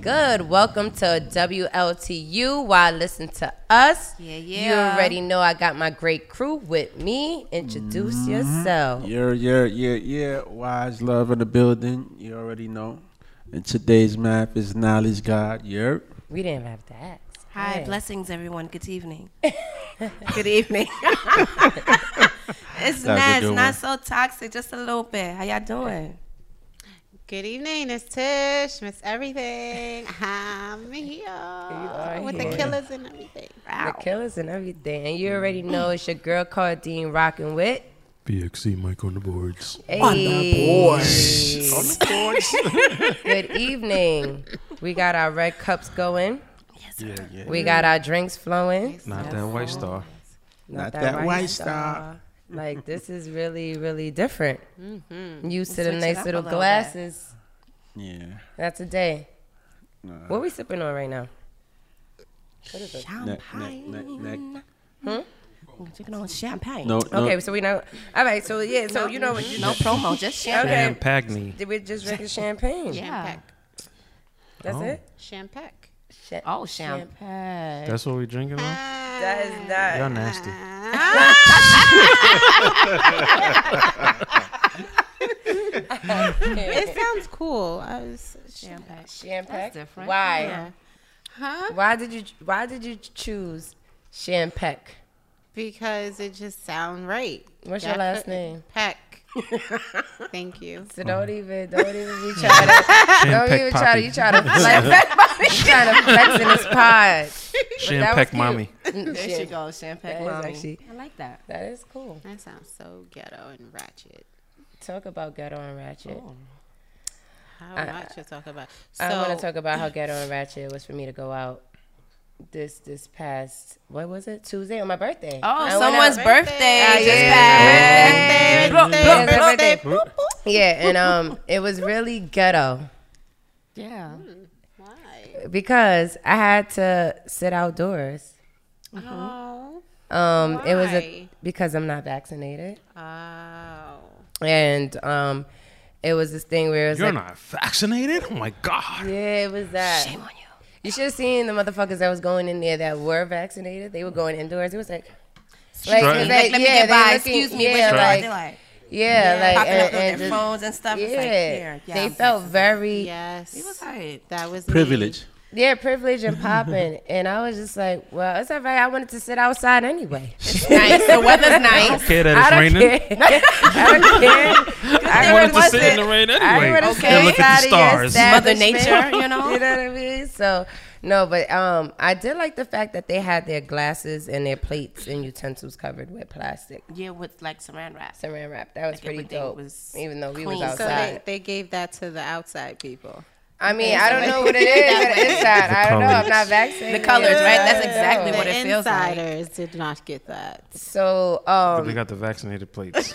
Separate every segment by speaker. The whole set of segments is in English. Speaker 1: good? Welcome to WLTU. Why listen to us?
Speaker 2: Yeah,
Speaker 1: You
Speaker 2: yeah.
Speaker 1: already know I got my great crew with me. Introduce yourself.
Speaker 3: Yeah, yeah, yeah, yeah. Wise love in the building. You already know. And today's map is knowledge God. Yeah.
Speaker 1: We didn't have that.
Speaker 2: Hi,
Speaker 1: Hey.
Speaker 2: blessings, everyone. Good evening. Good evening. it's
Speaker 3: a
Speaker 2: nice,
Speaker 3: good
Speaker 2: not so toxic, just a little bit. How y'all doing?
Speaker 4: Good evening, it's Tish, Miss Everything. I'm here
Speaker 1: are
Speaker 4: with
Speaker 1: here.
Speaker 4: the killers and everything.
Speaker 1: The killers and everything. And you already know it's your girl Cardine rocking with.
Speaker 5: BXC Mike on the boards.
Speaker 1: Hey. On the boards. On the boards. Good evening. We got our red cups going.
Speaker 3: Yeah, yeah.
Speaker 1: We got our drinks flowing.
Speaker 6: Not that white star.
Speaker 3: Not that white star.
Speaker 1: Like this is really, really different. Used to the
Speaker 2: Mm-hmm. Switch it
Speaker 1: nice
Speaker 2: up a
Speaker 1: little
Speaker 2: little bit.
Speaker 1: glasses.
Speaker 3: Yeah.
Speaker 1: That's a day.
Speaker 3: Nah.
Speaker 1: What we sipping on right now?
Speaker 3: Neck, neck,
Speaker 2: Champagne.
Speaker 3: neck, neck.
Speaker 2: We're drinking on champagne.
Speaker 3: No, no.
Speaker 1: Okay, so we know. All right, so yeah, so you know what you
Speaker 2: No
Speaker 1: know.
Speaker 2: promo, just champagne.
Speaker 1: Okay,
Speaker 6: Damn, pack me.
Speaker 1: Did we just drinking champagne?
Speaker 2: Yeah.
Speaker 4: Champagne.
Speaker 1: That's
Speaker 6: Oh.
Speaker 1: it.
Speaker 4: Champagne.
Speaker 1: Cha-
Speaker 2: Oh, champagne.
Speaker 6: That's what we drinking on?
Speaker 1: That is not.
Speaker 6: Y'all nasty.
Speaker 4: It sounds cool. I was champagne.
Speaker 1: Champagne.
Speaker 2: That's different.
Speaker 1: Why?
Speaker 4: Yeah. Huh?
Speaker 1: Why did you Why did you choose Champagne?
Speaker 4: Because it just sounds right.
Speaker 1: What's your
Speaker 4: Yeah,
Speaker 1: last
Speaker 4: put-
Speaker 1: name?
Speaker 4: Peck. Thank you.
Speaker 1: So don't even don't even be trying to don't even
Speaker 6: Champagne
Speaker 1: try to you
Speaker 6: poppy.
Speaker 1: try to flex you trying to flex in this pod.
Speaker 6: Champagne
Speaker 1: cute.
Speaker 6: mommy.
Speaker 2: There she goes,
Speaker 1: That
Speaker 2: champagne.
Speaker 1: is
Speaker 2: mommy.
Speaker 1: actually-
Speaker 2: I like that.
Speaker 1: That is cool.
Speaker 4: That sounds so ghetto and ratchet.
Speaker 1: Talk about ghetto and ratchet.
Speaker 2: Oh. Uh,
Speaker 4: How much you talk about? So,
Speaker 1: I want to talk about how ghetto and ratchet was for me to go out this this past what was it Tuesday on my birthday.
Speaker 2: Oh,
Speaker 1: I went
Speaker 2: someone's
Speaker 1: out-
Speaker 2: birthday.
Speaker 1: Yeah,
Speaker 2: just
Speaker 1: yeah. Yeah,
Speaker 2: passed.
Speaker 1: it's my
Speaker 4: birthday.
Speaker 1: birthday. Yeah, and um, it was really ghetto
Speaker 2: Yeah.
Speaker 4: Why?
Speaker 1: because I had to sit outdoors.
Speaker 4: Oh.
Speaker 1: Um, it was a
Speaker 4: Why?
Speaker 1: because I'm not vaccinated,
Speaker 4: Oh.
Speaker 1: and um, it was this thing where it was
Speaker 6: You're
Speaker 1: like,
Speaker 6: not vaccinated? Oh my God.
Speaker 1: yeah, it was that.
Speaker 2: Shame on you.
Speaker 1: You should have seen the motherfuckers that was going in there that were vaccinated. They were going indoors. It was like, like,
Speaker 6: Strutting.
Speaker 1: it's
Speaker 2: Like,
Speaker 1: like,
Speaker 2: let me
Speaker 1: yeah,
Speaker 2: get
Speaker 1: they
Speaker 2: by.
Speaker 1: looking-
Speaker 2: Excuse me.
Speaker 1: Yeah,
Speaker 2: where's your
Speaker 1: like,
Speaker 2: they're like,
Speaker 1: yeah, like,
Speaker 2: popping up
Speaker 1: and,
Speaker 2: on
Speaker 1: and
Speaker 2: their
Speaker 1: just,
Speaker 2: phones and stuff.
Speaker 1: yeah,
Speaker 2: It's like, here, yeah,
Speaker 1: they
Speaker 2: I'm
Speaker 1: felt very
Speaker 4: Yes.
Speaker 2: It was like,
Speaker 4: that was me.
Speaker 3: Privilege.
Speaker 1: yeah privileged and popping, and I was just like, well, it's all right. I wanted to sit outside anyway.
Speaker 2: nice. The weather's nice.
Speaker 6: I don't care
Speaker 1: I
Speaker 6: that
Speaker 1: don't
Speaker 6: it's raining.
Speaker 1: care. I don't care.
Speaker 6: I wanted to sit in the
Speaker 1: wasn't-
Speaker 6: rain
Speaker 1: I
Speaker 6: anyway.
Speaker 1: want to
Speaker 6: And
Speaker 1: sit
Speaker 6: look at the
Speaker 1: outside of your
Speaker 6: stars.
Speaker 2: Mother
Speaker 1: establishment.
Speaker 2: Nature, you know?
Speaker 1: you know what I mean? So no, but um, I did like the fact that they had their glasses and their plates and utensils covered with plastic
Speaker 2: Yeah, with like saran wrap.
Speaker 1: saran wrap. That was
Speaker 2: Like,
Speaker 1: pretty
Speaker 2: everything
Speaker 1: dope.
Speaker 2: was
Speaker 1: Even though we was
Speaker 2: clean.
Speaker 4: So
Speaker 1: outside,
Speaker 4: they, they gave that to the outside people.
Speaker 1: I mean, I don't know what it is on the inside. I don't know. I'm not vaccinated.
Speaker 2: The colors, right? That's
Speaker 1: Yeah.
Speaker 2: exactly what
Speaker 4: The
Speaker 2: it feels like.
Speaker 4: insiders did not get that.
Speaker 1: So
Speaker 6: We
Speaker 1: um,
Speaker 6: got the vaccinated plates.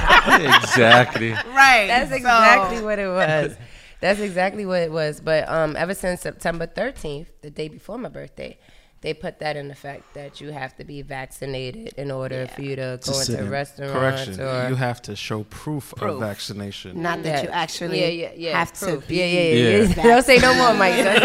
Speaker 3: exactly.
Speaker 2: Right.
Speaker 1: that's exactly what it was. That's exactly what it was. But um, ever since September 13th, the day before my birthday, they put that in effect that you have to be vaccinated in order for you to go
Speaker 3: sit
Speaker 1: into
Speaker 3: in.
Speaker 1: restaurants
Speaker 6: Correction.
Speaker 1: or
Speaker 6: You have to show proof, of vaccination.
Speaker 2: Not that you
Speaker 1: Yeah.
Speaker 2: actually
Speaker 1: yeah, yeah, yeah,
Speaker 2: have
Speaker 1: proof.
Speaker 2: to. Be,
Speaker 1: Yeah, yeah, yeah. yeah.
Speaker 2: Yeah.
Speaker 1: Don't say no more, Mike. Don't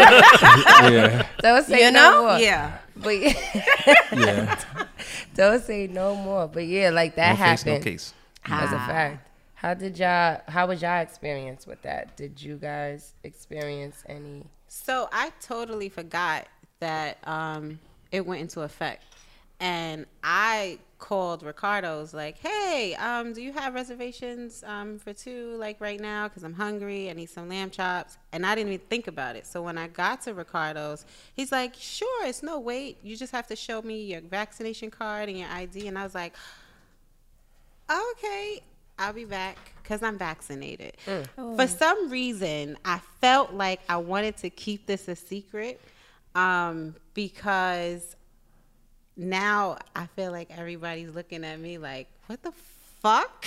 Speaker 1: say,
Speaker 3: Yeah,
Speaker 1: don't say
Speaker 2: you
Speaker 1: no
Speaker 2: know?
Speaker 1: more.
Speaker 2: yeah.
Speaker 1: But
Speaker 3: yeah.
Speaker 1: don't say no more. But yeah, like that
Speaker 6: no
Speaker 1: happened.
Speaker 6: face, no case.
Speaker 1: As
Speaker 2: Ah.
Speaker 1: a fact. How did y'all? How was y'all experience with that? Did you guys experience any?
Speaker 4: So I totally forgot that um, it went into effect, and I called Ricardo's like, "Hey, um, do you have reservations um, for two like right now? Because I'm hungry. I need some lamb chops." And I didn't even think about it. So when I got to Ricardo's, he's like, "Sure, it's no wait. You just have to show me your vaccination card and your ID." And I was like, okay, I'll be back because I'm vaccinated.
Speaker 1: Mm.
Speaker 4: For some reason, I felt like I wanted to keep this a secret um, because now I feel like everybody's looking at me like, what the fuck?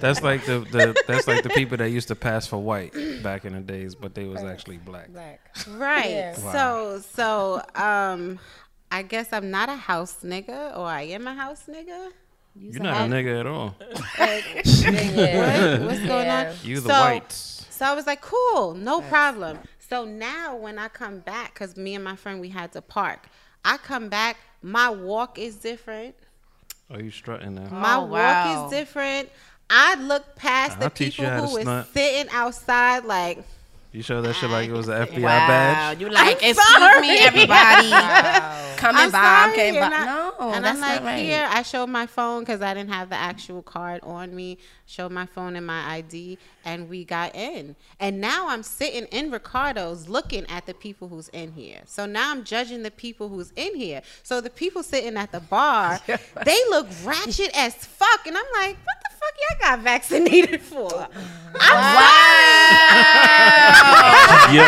Speaker 6: That's like the, the that's like the people that used to pass for white back in the days, but they was actually black.
Speaker 1: Black.
Speaker 4: right.
Speaker 1: Yeah.
Speaker 4: So, so, um, I guess I'm not a house nigga, or I am a house nigga.
Speaker 6: You're not a nigga at all.
Speaker 1: Yeah.
Speaker 4: What's going
Speaker 1: Yeah.
Speaker 4: on?
Speaker 6: You the
Speaker 4: So-
Speaker 6: whites.
Speaker 4: So I was like, cool, no problem. So now when I come back, because me and my friend, we had to park, I come back, my walk is different.
Speaker 6: Are you strutting now?
Speaker 4: My
Speaker 2: Oh, wow.
Speaker 4: walk is different. I look past
Speaker 6: I'll
Speaker 4: the
Speaker 6: teach you
Speaker 4: people
Speaker 6: how to
Speaker 4: who was
Speaker 6: stunt.
Speaker 4: sitting outside like,
Speaker 6: You showed that shit like it was an FBI
Speaker 2: wow.
Speaker 6: badge.
Speaker 2: You like,
Speaker 4: I'm
Speaker 2: excuse me,
Speaker 4: sorry."
Speaker 2: everybody. Coming
Speaker 4: I'm
Speaker 2: by.
Speaker 4: sorry.
Speaker 2: I'm came by.
Speaker 4: and I-
Speaker 2: no,
Speaker 4: and
Speaker 2: that's
Speaker 4: I'm like,
Speaker 2: not right.
Speaker 4: here, I showed my phone because I didn't have the actual card on me. Showed my phone and my ID, and we got in. And now I'm sitting in Ricardo's looking at the people who's in here. So now I'm judging the people who's in here. So the people sitting at the bar, they look ratchet as fuck. And I'm like, what the fuck y'all got vaccinated for?
Speaker 3: Yo,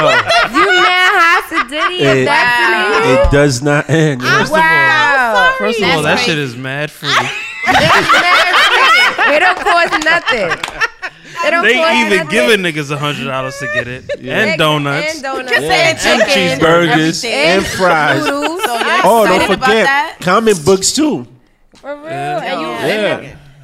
Speaker 1: you mad high to Diddy
Speaker 3: It-
Speaker 1: and vaccinated?
Speaker 3: it does not end. yo.
Speaker 6: First of all,
Speaker 1: Wow.
Speaker 6: first of all, that
Speaker 2: That's
Speaker 6: shit is mad free.
Speaker 1: it don't cause nothing. It don't
Speaker 6: they
Speaker 1: cause
Speaker 6: even
Speaker 1: nothing.
Speaker 6: giving niggas a hundred dollars to get it
Speaker 1: Eggs
Speaker 6: and donuts.
Speaker 1: And donuts.
Speaker 3: And cheeseburgers
Speaker 2: everything.
Speaker 3: and fries.
Speaker 1: Noodles.
Speaker 3: Oh, don't
Speaker 2: Excited about
Speaker 3: forget
Speaker 2: that?
Speaker 3: comic books too.
Speaker 1: For real.
Speaker 6: Yeah.
Speaker 1: And you,
Speaker 3: Yeah,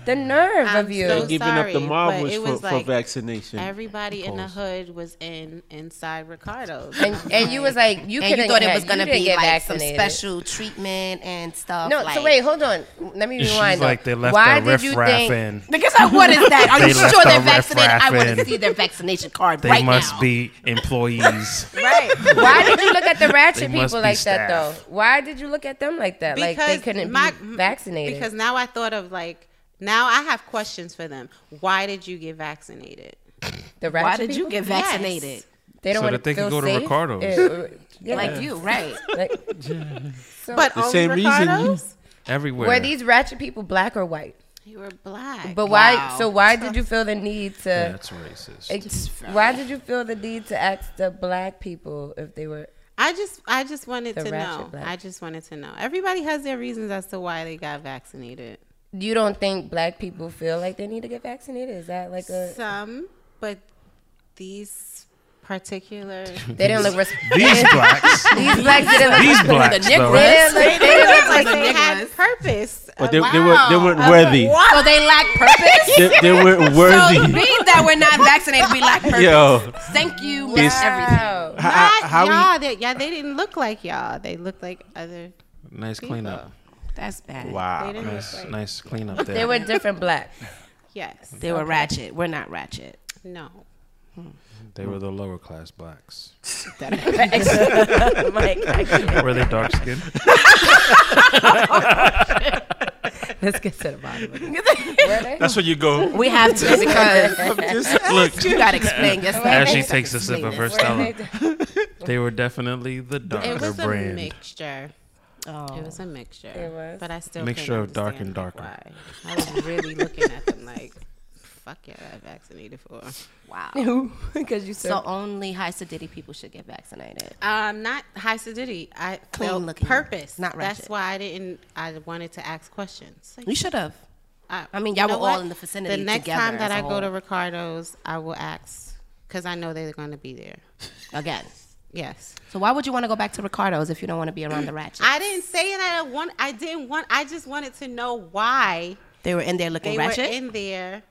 Speaker 1: the nerve
Speaker 4: I'm
Speaker 1: of you.
Speaker 4: so
Speaker 3: they're giving up
Speaker 4: sorry,
Speaker 3: the
Speaker 4: but
Speaker 3: marvels
Speaker 4: it
Speaker 3: for,
Speaker 4: was
Speaker 3: for
Speaker 4: like
Speaker 3: vaccination.
Speaker 4: Everybody in the hood was in inside Ricardo's.
Speaker 1: and, and you was like, you
Speaker 2: and
Speaker 1: couldn't
Speaker 2: you thought it
Speaker 1: get-
Speaker 2: was
Speaker 1: you
Speaker 2: gonna
Speaker 1: didn't
Speaker 2: be
Speaker 1: get
Speaker 2: like
Speaker 1: vaccinated.
Speaker 2: some special treatment and stuff.
Speaker 1: No,
Speaker 2: like,
Speaker 1: so wait, hold on. Let me
Speaker 6: And She's
Speaker 1: rewind. though.
Speaker 6: like they left
Speaker 1: Why
Speaker 6: that
Speaker 1: did
Speaker 6: riff
Speaker 1: you
Speaker 6: raff
Speaker 1: think?
Speaker 6: in.
Speaker 2: Because like, what is that? Are
Speaker 6: They
Speaker 2: you
Speaker 6: left
Speaker 2: sure
Speaker 6: the
Speaker 2: they're vaccinated?
Speaker 6: riffraff
Speaker 2: I want
Speaker 6: in.
Speaker 2: to see their vaccination card
Speaker 6: They
Speaker 2: right
Speaker 6: must
Speaker 2: now.
Speaker 6: be employees.
Speaker 1: Right. Why did you look at the ratchet
Speaker 6: They must
Speaker 1: people
Speaker 6: be
Speaker 1: like that though?
Speaker 6: staff.
Speaker 1: Why did you look at them like that? like they couldn't be
Speaker 4: m-
Speaker 1: vaccinated.
Speaker 4: Because now I thought of like now I have questions for them. Why did you get vaccinated?
Speaker 1: the ratchet
Speaker 2: Why did you
Speaker 1: people?
Speaker 2: get vaccinated?
Speaker 1: They don't
Speaker 6: So
Speaker 1: want
Speaker 6: that they
Speaker 1: feel
Speaker 6: could go to
Speaker 1: safe?
Speaker 6: Ricardo's.
Speaker 1: Yeah, yeah.
Speaker 2: Like you, right?
Speaker 1: Like,
Speaker 4: But
Speaker 3: The
Speaker 4: only
Speaker 3: same reason you-
Speaker 4: Ricardo's?
Speaker 6: Everywhere.
Speaker 1: were these ratchet people black or white?
Speaker 4: You were black.
Speaker 1: But why?
Speaker 2: Wow.
Speaker 1: So why did you feel the need to?
Speaker 6: That's racist.
Speaker 1: ex- why did you feel the need to ask the black people if they were?
Speaker 4: I just I just wanted
Speaker 1: The
Speaker 4: to
Speaker 1: ratchet
Speaker 4: know.
Speaker 1: black.
Speaker 4: I just wanted to know. Everybody has their reasons as to why they got vaccinated.
Speaker 1: You don't think black people feel like they need to get vaccinated? Is that like a?
Speaker 4: Some, but these particular
Speaker 1: They didn't look. Res-
Speaker 6: these blacks.
Speaker 1: these blacks didn't look.
Speaker 6: These blacks. though.
Speaker 1: They didn't look. They didn't look
Speaker 4: like
Speaker 1: like.
Speaker 4: they had purpose.
Speaker 3: but they, they were they weren't worthy.
Speaker 2: So they lack purpose.
Speaker 3: They, they
Speaker 2: So
Speaker 3: weren't
Speaker 2: it
Speaker 3: worthy.
Speaker 2: means that we're not vaccinated. We lack purpose.
Speaker 3: Yo,
Speaker 2: Thank you, Miss Everything.
Speaker 1: Wow.
Speaker 3: how,
Speaker 4: Not
Speaker 3: how we-
Speaker 4: y'all. They, yeah, they didn't look like y'all. They looked like other.
Speaker 6: Nice cleanup.
Speaker 2: That's bad.
Speaker 4: They
Speaker 3: Wow.
Speaker 4: didn't look
Speaker 6: Nice,
Speaker 4: like.
Speaker 6: nice cleanup there.
Speaker 1: They were different black.
Speaker 4: Yes.
Speaker 2: They were ratchet. We're not ratchet.
Speaker 4: No.
Speaker 6: They were the lower class blacks.
Speaker 1: Mike, I can't.
Speaker 6: Were they dark skinned?
Speaker 1: let's get to the bottom of it.
Speaker 3: That's where you go.
Speaker 2: We have to because
Speaker 6: Look,
Speaker 2: you gotta explain
Speaker 6: as she
Speaker 2: yourself.
Speaker 6: takes a sip of her Stella, they were definitely the darker
Speaker 4: It was a
Speaker 6: brand.
Speaker 4: mixture. It
Speaker 2: Oh.
Speaker 4: was a mixture.
Speaker 1: It was.
Speaker 4: But I still
Speaker 6: Mixture
Speaker 4: couldn't
Speaker 6: of dark and
Speaker 4: understand, like,
Speaker 6: darker.
Speaker 4: Why. I was really looking at them like, fuck yeah, I vaccinated for.
Speaker 2: Wow.
Speaker 1: Because you
Speaker 2: So
Speaker 1: said
Speaker 2: only high sedity people should get vaccinated.
Speaker 4: Um, not high acidity. I
Speaker 2: Clean
Speaker 4: felt
Speaker 2: looking,
Speaker 4: purpose.
Speaker 2: not
Speaker 4: That's
Speaker 2: ratchet.
Speaker 4: why I didn't. I wanted to ask questions. Like,
Speaker 2: You should have.
Speaker 4: I,
Speaker 2: I mean,
Speaker 4: you
Speaker 2: y'all
Speaker 4: know
Speaker 2: were all
Speaker 4: what?
Speaker 2: in the vicinity
Speaker 4: The next
Speaker 2: together
Speaker 4: time
Speaker 2: as
Speaker 4: that
Speaker 2: a
Speaker 4: I go
Speaker 2: whole.
Speaker 4: to Ricardo's, I will ask because I know they're going to be there.
Speaker 2: Again.
Speaker 4: Yes.
Speaker 2: So why would you want to go back to Ricardo's if you don't want to be around the ratchet?
Speaker 4: I didn't say that I want. I didn't want. I just wanted to know why
Speaker 2: They were in there
Speaker 4: they
Speaker 2: looking
Speaker 4: were
Speaker 2: ratchet.
Speaker 4: in there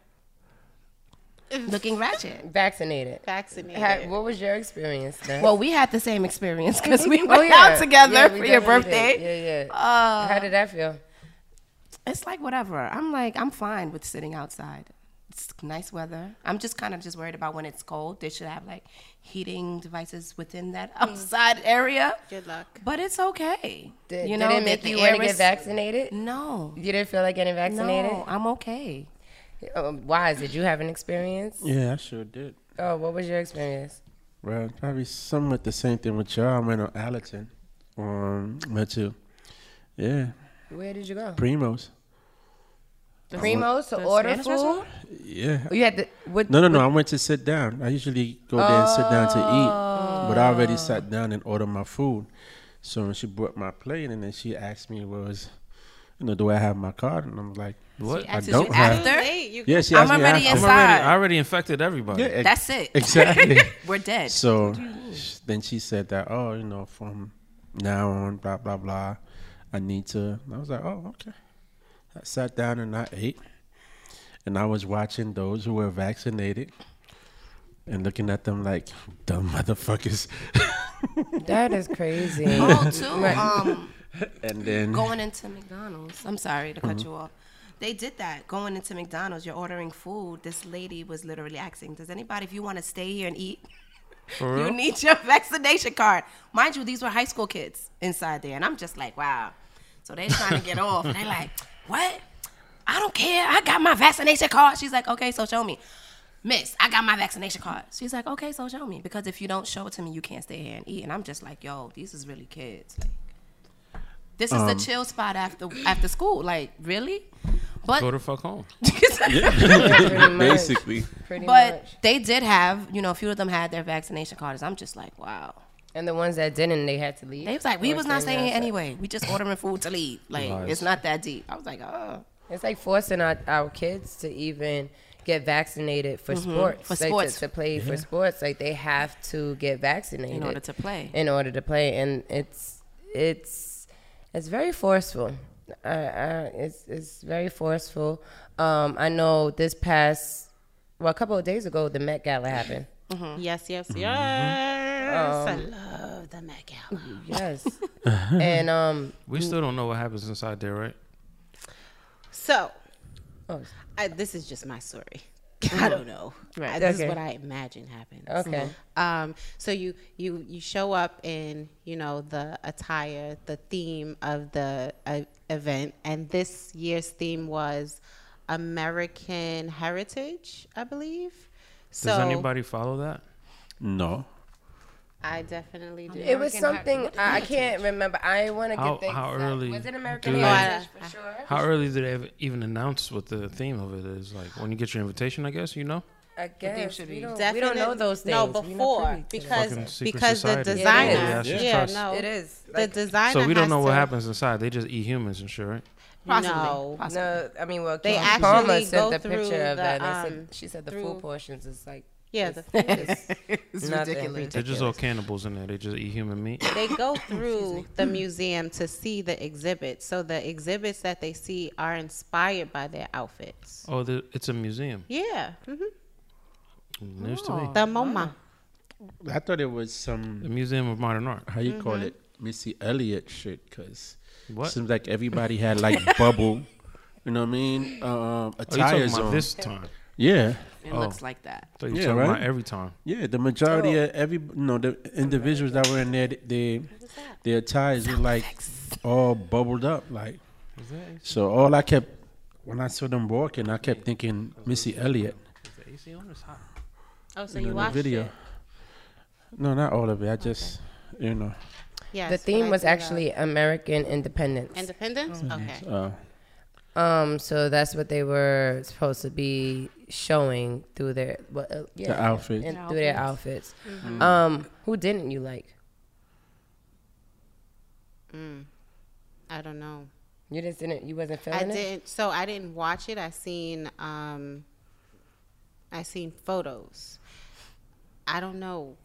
Speaker 2: looking ratchet.
Speaker 1: vaccinated.
Speaker 4: vaccinated.
Speaker 1: Ha- what was your experience then?
Speaker 2: Well, we had the same experience because we
Speaker 1: Oh,
Speaker 2: went
Speaker 1: yeah.
Speaker 2: out together
Speaker 1: Yeah, we
Speaker 2: for your
Speaker 1: definitely
Speaker 2: birthday.
Speaker 1: did. Yeah, yeah.
Speaker 2: Uh,
Speaker 1: How did that feel?
Speaker 2: it's like whatever. I'm like, I'm fine with sitting outside. It's nice weather. I'm just kind of just worried about when it's cold. They should have like heating devices within that
Speaker 1: Hmm.
Speaker 2: outside area.
Speaker 4: Good luck.
Speaker 2: But it's okay.
Speaker 1: Did,
Speaker 2: you
Speaker 1: you
Speaker 2: know,
Speaker 1: did it
Speaker 2: that
Speaker 1: make
Speaker 2: the
Speaker 1: you
Speaker 2: air
Speaker 1: want to get
Speaker 2: is-
Speaker 1: vaccinated?
Speaker 2: No.
Speaker 1: You didn't feel like getting vaccinated?
Speaker 2: No, I'm okay.
Speaker 1: Um, why? Did you have an experience?
Speaker 3: Yeah, I sure did.
Speaker 1: Oh, what was your experience?
Speaker 3: Well, probably somewhat the same thing with y'all. I went on Allerton. Um, met you. Yeah,
Speaker 1: Where did you go?
Speaker 3: primos.
Speaker 1: Primo's to order
Speaker 2: Spanish
Speaker 1: food?
Speaker 2: restaurant?
Speaker 3: Yeah.
Speaker 1: You had to. What,
Speaker 3: No, no, no. I went to sit down. I usually go there and sit down to eat, but I already
Speaker 2: Oh.
Speaker 3: sat down and ordered my food. So when she brought my plate and then she asked me, "Was you know, do I have my card?" And I'm like,
Speaker 6: What?
Speaker 3: "I
Speaker 6: I'm
Speaker 2: Since
Speaker 3: don't
Speaker 2: you
Speaker 3: have."
Speaker 2: asked her,
Speaker 3: Yeah, she
Speaker 2: I'm
Speaker 3: asked me
Speaker 2: already
Speaker 3: after.
Speaker 2: inside.
Speaker 6: already, I already infected everybody.
Speaker 3: Yeah, ex-
Speaker 2: That's it.
Speaker 3: exactly.
Speaker 2: We're dead.
Speaker 3: so sh- then she said that, "Oh, you know, from now on, blah blah blah, I need to." And I was like, "Oh, okay." I sat down and I ate, and I was watching those who were vaccinated and looking at them like dumb motherfuckers.
Speaker 1: That is crazy.
Speaker 2: Oh, too. Um,
Speaker 3: and then
Speaker 2: going into McDonald's. I'm sorry to cut you off. They did that. Going into McDonald's, you're ordering food. This lady was literally asking, "Does anybody, if you want to stay here and eat, you need your vaccination card?" Mind you, these were high school kids inside there, and I'm just like, "Wow." So they trying to get off. They like, "What? I don't care. I got my vaccination card." She's like, "Okay, so show me." Miss, I got my vaccination card. She's like, okay, so show me. Because if you don't show it to me, you can't stay here and eat. And I'm just like, yo, these is really kids. Like, this is
Speaker 6: Um,
Speaker 2: the chill spot after after school. Like, really? But
Speaker 6: Go the fuck home.
Speaker 1: Pretty much.
Speaker 3: basically,
Speaker 1: Pretty
Speaker 2: but
Speaker 1: much.
Speaker 2: they did have, you know, a few of them had their vaccination cards. I'm just like, wow.
Speaker 1: And the ones that didn't, they had to leave.
Speaker 2: They was like, we
Speaker 1: Or
Speaker 2: was not
Speaker 1: staying
Speaker 2: staying here
Speaker 1: outside.
Speaker 2: anyway. We just ordering food to leave. Like, it's not that deep. I was like, oh.
Speaker 1: It's like forcing our, our kids to even get vaccinated for sports.
Speaker 2: Mm-hmm. for
Speaker 1: like, to-
Speaker 2: sports.
Speaker 1: To, play for sports. Like they have to get vaccinated.
Speaker 2: In order to play.
Speaker 1: In order to play. And it's it's it's very forceful. Uh, uh, it's it's very forceful. Um, I know this past well, a couple of days ago, the Met Gala happened.
Speaker 4: Yes, yes,
Speaker 1: Mm-hmm.
Speaker 4: yes. I
Speaker 1: Um,
Speaker 4: love the Met Gala.
Speaker 1: Yes, and um,
Speaker 6: We still don't know what happens inside there, right?
Speaker 4: So,
Speaker 1: oh, Mm-hmm.
Speaker 4: I, this is just my story. I don't know.
Speaker 1: Right.
Speaker 4: I- this
Speaker 1: Okay.
Speaker 4: is what I imagine happens.
Speaker 1: okay,
Speaker 4: Um, so you you you show up in you know the attire, the theme of the uh, event, and this year's theme was American heritage, I believe. So
Speaker 6: Does anybody follow that?
Speaker 3: no.
Speaker 4: I definitely do.
Speaker 1: Um, it was something I, I can't remember. I want to
Speaker 6: How-
Speaker 1: get things.
Speaker 6: how
Speaker 1: exact-
Speaker 6: early
Speaker 1: was it American
Speaker 6: do they-
Speaker 1: Heritage for sure?
Speaker 6: How early do they ev- even announce what the theme of it is? Like when you get your invitation, I guess you know.
Speaker 1: I guess
Speaker 2: should
Speaker 1: we
Speaker 2: be
Speaker 1: don't, we
Speaker 4: Definitely
Speaker 1: don't know those things.
Speaker 4: No,
Speaker 1: We're not privy
Speaker 4: before
Speaker 1: to that.
Speaker 6: Fucking
Speaker 4: because
Speaker 6: secret
Speaker 4: because the
Speaker 6: society.
Speaker 4: designer,
Speaker 1: Yeah,
Speaker 6: it is.
Speaker 4: yeah,
Speaker 6: Yeah, it's just
Speaker 4: no,
Speaker 1: it is
Speaker 4: the
Speaker 1: like,
Speaker 4: designer.
Speaker 6: So we don't
Speaker 4: has
Speaker 6: know what
Speaker 4: to-
Speaker 6: happens inside. They just eat humans and shit, right?
Speaker 2: Possibly.
Speaker 4: No.
Speaker 2: Possibly.
Speaker 1: no. I mean, well,
Speaker 4: They
Speaker 1: Kiki
Speaker 4: actually
Speaker 1: Palmer
Speaker 4: go
Speaker 1: sent the
Speaker 4: through
Speaker 1: picture of
Speaker 4: the,
Speaker 1: that. and they
Speaker 4: um,
Speaker 1: said, she said the full
Speaker 4: through-
Speaker 1: portions is like
Speaker 4: Yeah, the
Speaker 1: it's
Speaker 2: It's
Speaker 1: not that
Speaker 2: ridiculous.
Speaker 6: They're just all cannibals in there. They just eat human meat.
Speaker 4: they go through the museum to see the exhibits. So the exhibits that they see are inspired by their outfits.
Speaker 6: Oh, the, it's a museum.
Speaker 4: Yeah, mhm.
Speaker 6: News to me.
Speaker 2: Oh.
Speaker 4: the MoMA.
Speaker 3: I thought it was some
Speaker 6: The Museum of Modern Art.
Speaker 3: how you call it Missy Elliott shit because
Speaker 6: What?
Speaker 3: seems like everybody had like bubble, you know what I mean? Um,
Speaker 6: Are Oh, you talking
Speaker 3: attires
Speaker 6: about
Speaker 3: on.
Speaker 6: this time?
Speaker 3: yeah,
Speaker 2: It looks like that.
Speaker 6: So you
Speaker 3: Yeah,
Speaker 6: talking about
Speaker 3: right?
Speaker 6: every time?
Speaker 3: yeah. The majority of every you know the individuals that were in there, they their attires were like all bubbled up, like. So all I kept when I saw them walking, I kept thinking Missy Elliott
Speaker 6: The AC on is hot.
Speaker 4: Oh, so
Speaker 3: you know,
Speaker 4: you
Speaker 3: in the
Speaker 4: watched
Speaker 3: video.
Speaker 4: it?
Speaker 3: No, not all of it. I just you know.
Speaker 4: Yes.
Speaker 1: the
Speaker 4: but I Mm-hmm.
Speaker 1: theme was
Speaker 4: do love-
Speaker 1: actually American independence.
Speaker 4: Independence. Okay.
Speaker 3: Uh,
Speaker 1: um, so that's what they were supposed to be showing through their well, uh, yeah,
Speaker 3: The outfits.
Speaker 1: and through their outfits. Um, who didn't you like?
Speaker 4: I don't know.
Speaker 1: You just didn't. You wasn't feeling
Speaker 4: I
Speaker 1: it.
Speaker 4: didn't. So I didn't watch it. I seen. Um, I seen photos. I don't know.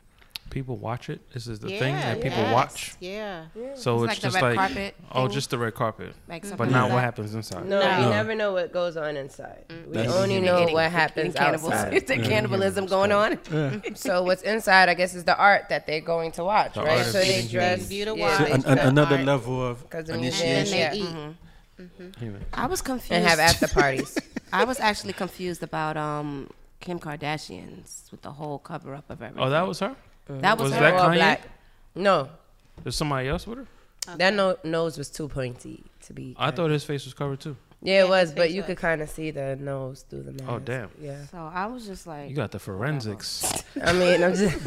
Speaker 6: People watch it. This is the
Speaker 4: yeah,
Speaker 6: thing that people
Speaker 4: yes,
Speaker 6: watch.
Speaker 4: Yeah.
Speaker 6: So
Speaker 2: It's
Speaker 6: it's,
Speaker 2: like the
Speaker 6: just
Speaker 2: red
Speaker 6: like
Speaker 2: carpet
Speaker 6: oh,
Speaker 2: thing.
Speaker 6: just the red carpet.
Speaker 2: Like
Speaker 6: but
Speaker 2: something
Speaker 6: now
Speaker 2: like
Speaker 6: what
Speaker 2: that.
Speaker 6: happens inside?
Speaker 1: No,
Speaker 4: No.
Speaker 1: you never know what goes on inside. We
Speaker 3: That's-
Speaker 1: only know what happens
Speaker 2: cannibals-
Speaker 1: outside.
Speaker 2: Is there cannibalism going on?
Speaker 1: so what's inside, I guess, is the art that they're going to watch,
Speaker 6: The
Speaker 1: right?
Speaker 6: art
Speaker 1: So
Speaker 6: of
Speaker 1: they
Speaker 6: eating
Speaker 1: dress
Speaker 6: humans.
Speaker 4: Beauty
Speaker 1: yeah,
Speaker 4: So
Speaker 1: they
Speaker 4: an-
Speaker 1: dress
Speaker 3: another
Speaker 1: art
Speaker 3: level of
Speaker 1: 'cause of
Speaker 4: And then
Speaker 3: initiation.
Speaker 1: Yeah. Mm-hmm.
Speaker 4: they eat.
Speaker 6: Human.
Speaker 2: I was confused.
Speaker 1: and have after parties.
Speaker 2: I was actually confused about um, Kim Kardashian's with the whole cover up of everything.
Speaker 6: Oh, that was her.
Speaker 1: Mm-hmm.
Speaker 2: that was,
Speaker 6: was
Speaker 2: her.
Speaker 6: that
Speaker 1: All
Speaker 6: Kanye?
Speaker 1: black. No,
Speaker 6: There's somebody else with her.
Speaker 1: that no, nose was too pointy to be.
Speaker 6: I
Speaker 1: Kanye.
Speaker 6: thought his face was covered too.
Speaker 1: yeah, it was,
Speaker 4: his
Speaker 1: but
Speaker 4: face
Speaker 1: you could
Speaker 4: was.
Speaker 1: kind of see the nose through the mask.
Speaker 6: Oh, damn.
Speaker 1: Yeah,
Speaker 2: So I was just like,
Speaker 6: You got the forensics.
Speaker 1: I mean, I'm just.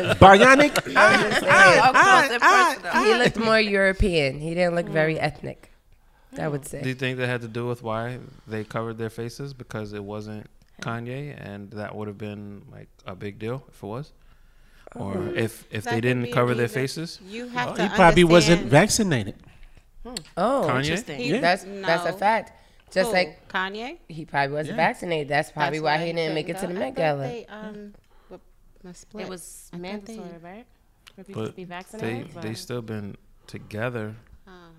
Speaker 3: Bionic.
Speaker 1: I'm just saying.
Speaker 2: up close and personal.
Speaker 1: he looked more European. He didn't look
Speaker 4: Mm.
Speaker 1: very ethnic. I would
Speaker 6: Do
Speaker 1: say.
Speaker 6: you think that had to do with why they covered their faces because it wasn't Kanye, and that would have been like a big deal if it was, or if if
Speaker 4: That
Speaker 6: they
Speaker 4: could be
Speaker 6: didn't
Speaker 4: a
Speaker 6: cover their
Speaker 4: reason.
Speaker 6: faces?
Speaker 4: You have to.
Speaker 3: he probably wasn't
Speaker 4: understand-
Speaker 3: vaccinated.
Speaker 1: Oh,
Speaker 6: Kanye?
Speaker 2: interesting.
Speaker 4: He-
Speaker 1: that's that's a
Speaker 4: No.
Speaker 1: fact. Just
Speaker 4: Who?
Speaker 1: like
Speaker 4: Kanye.
Speaker 1: he probably wasn't vaccinated. That's probably
Speaker 4: That's
Speaker 1: why he didn't
Speaker 4: couldn't
Speaker 1: make it to
Speaker 4: go.
Speaker 1: the
Speaker 4: I
Speaker 1: Met
Speaker 4: thought
Speaker 1: Gala.
Speaker 4: they, um, were- were split.
Speaker 2: it was
Speaker 4: I think they-
Speaker 2: mandatory, right? For people to
Speaker 6: But
Speaker 2: be
Speaker 6: they
Speaker 2: vaccinated.
Speaker 6: they still been together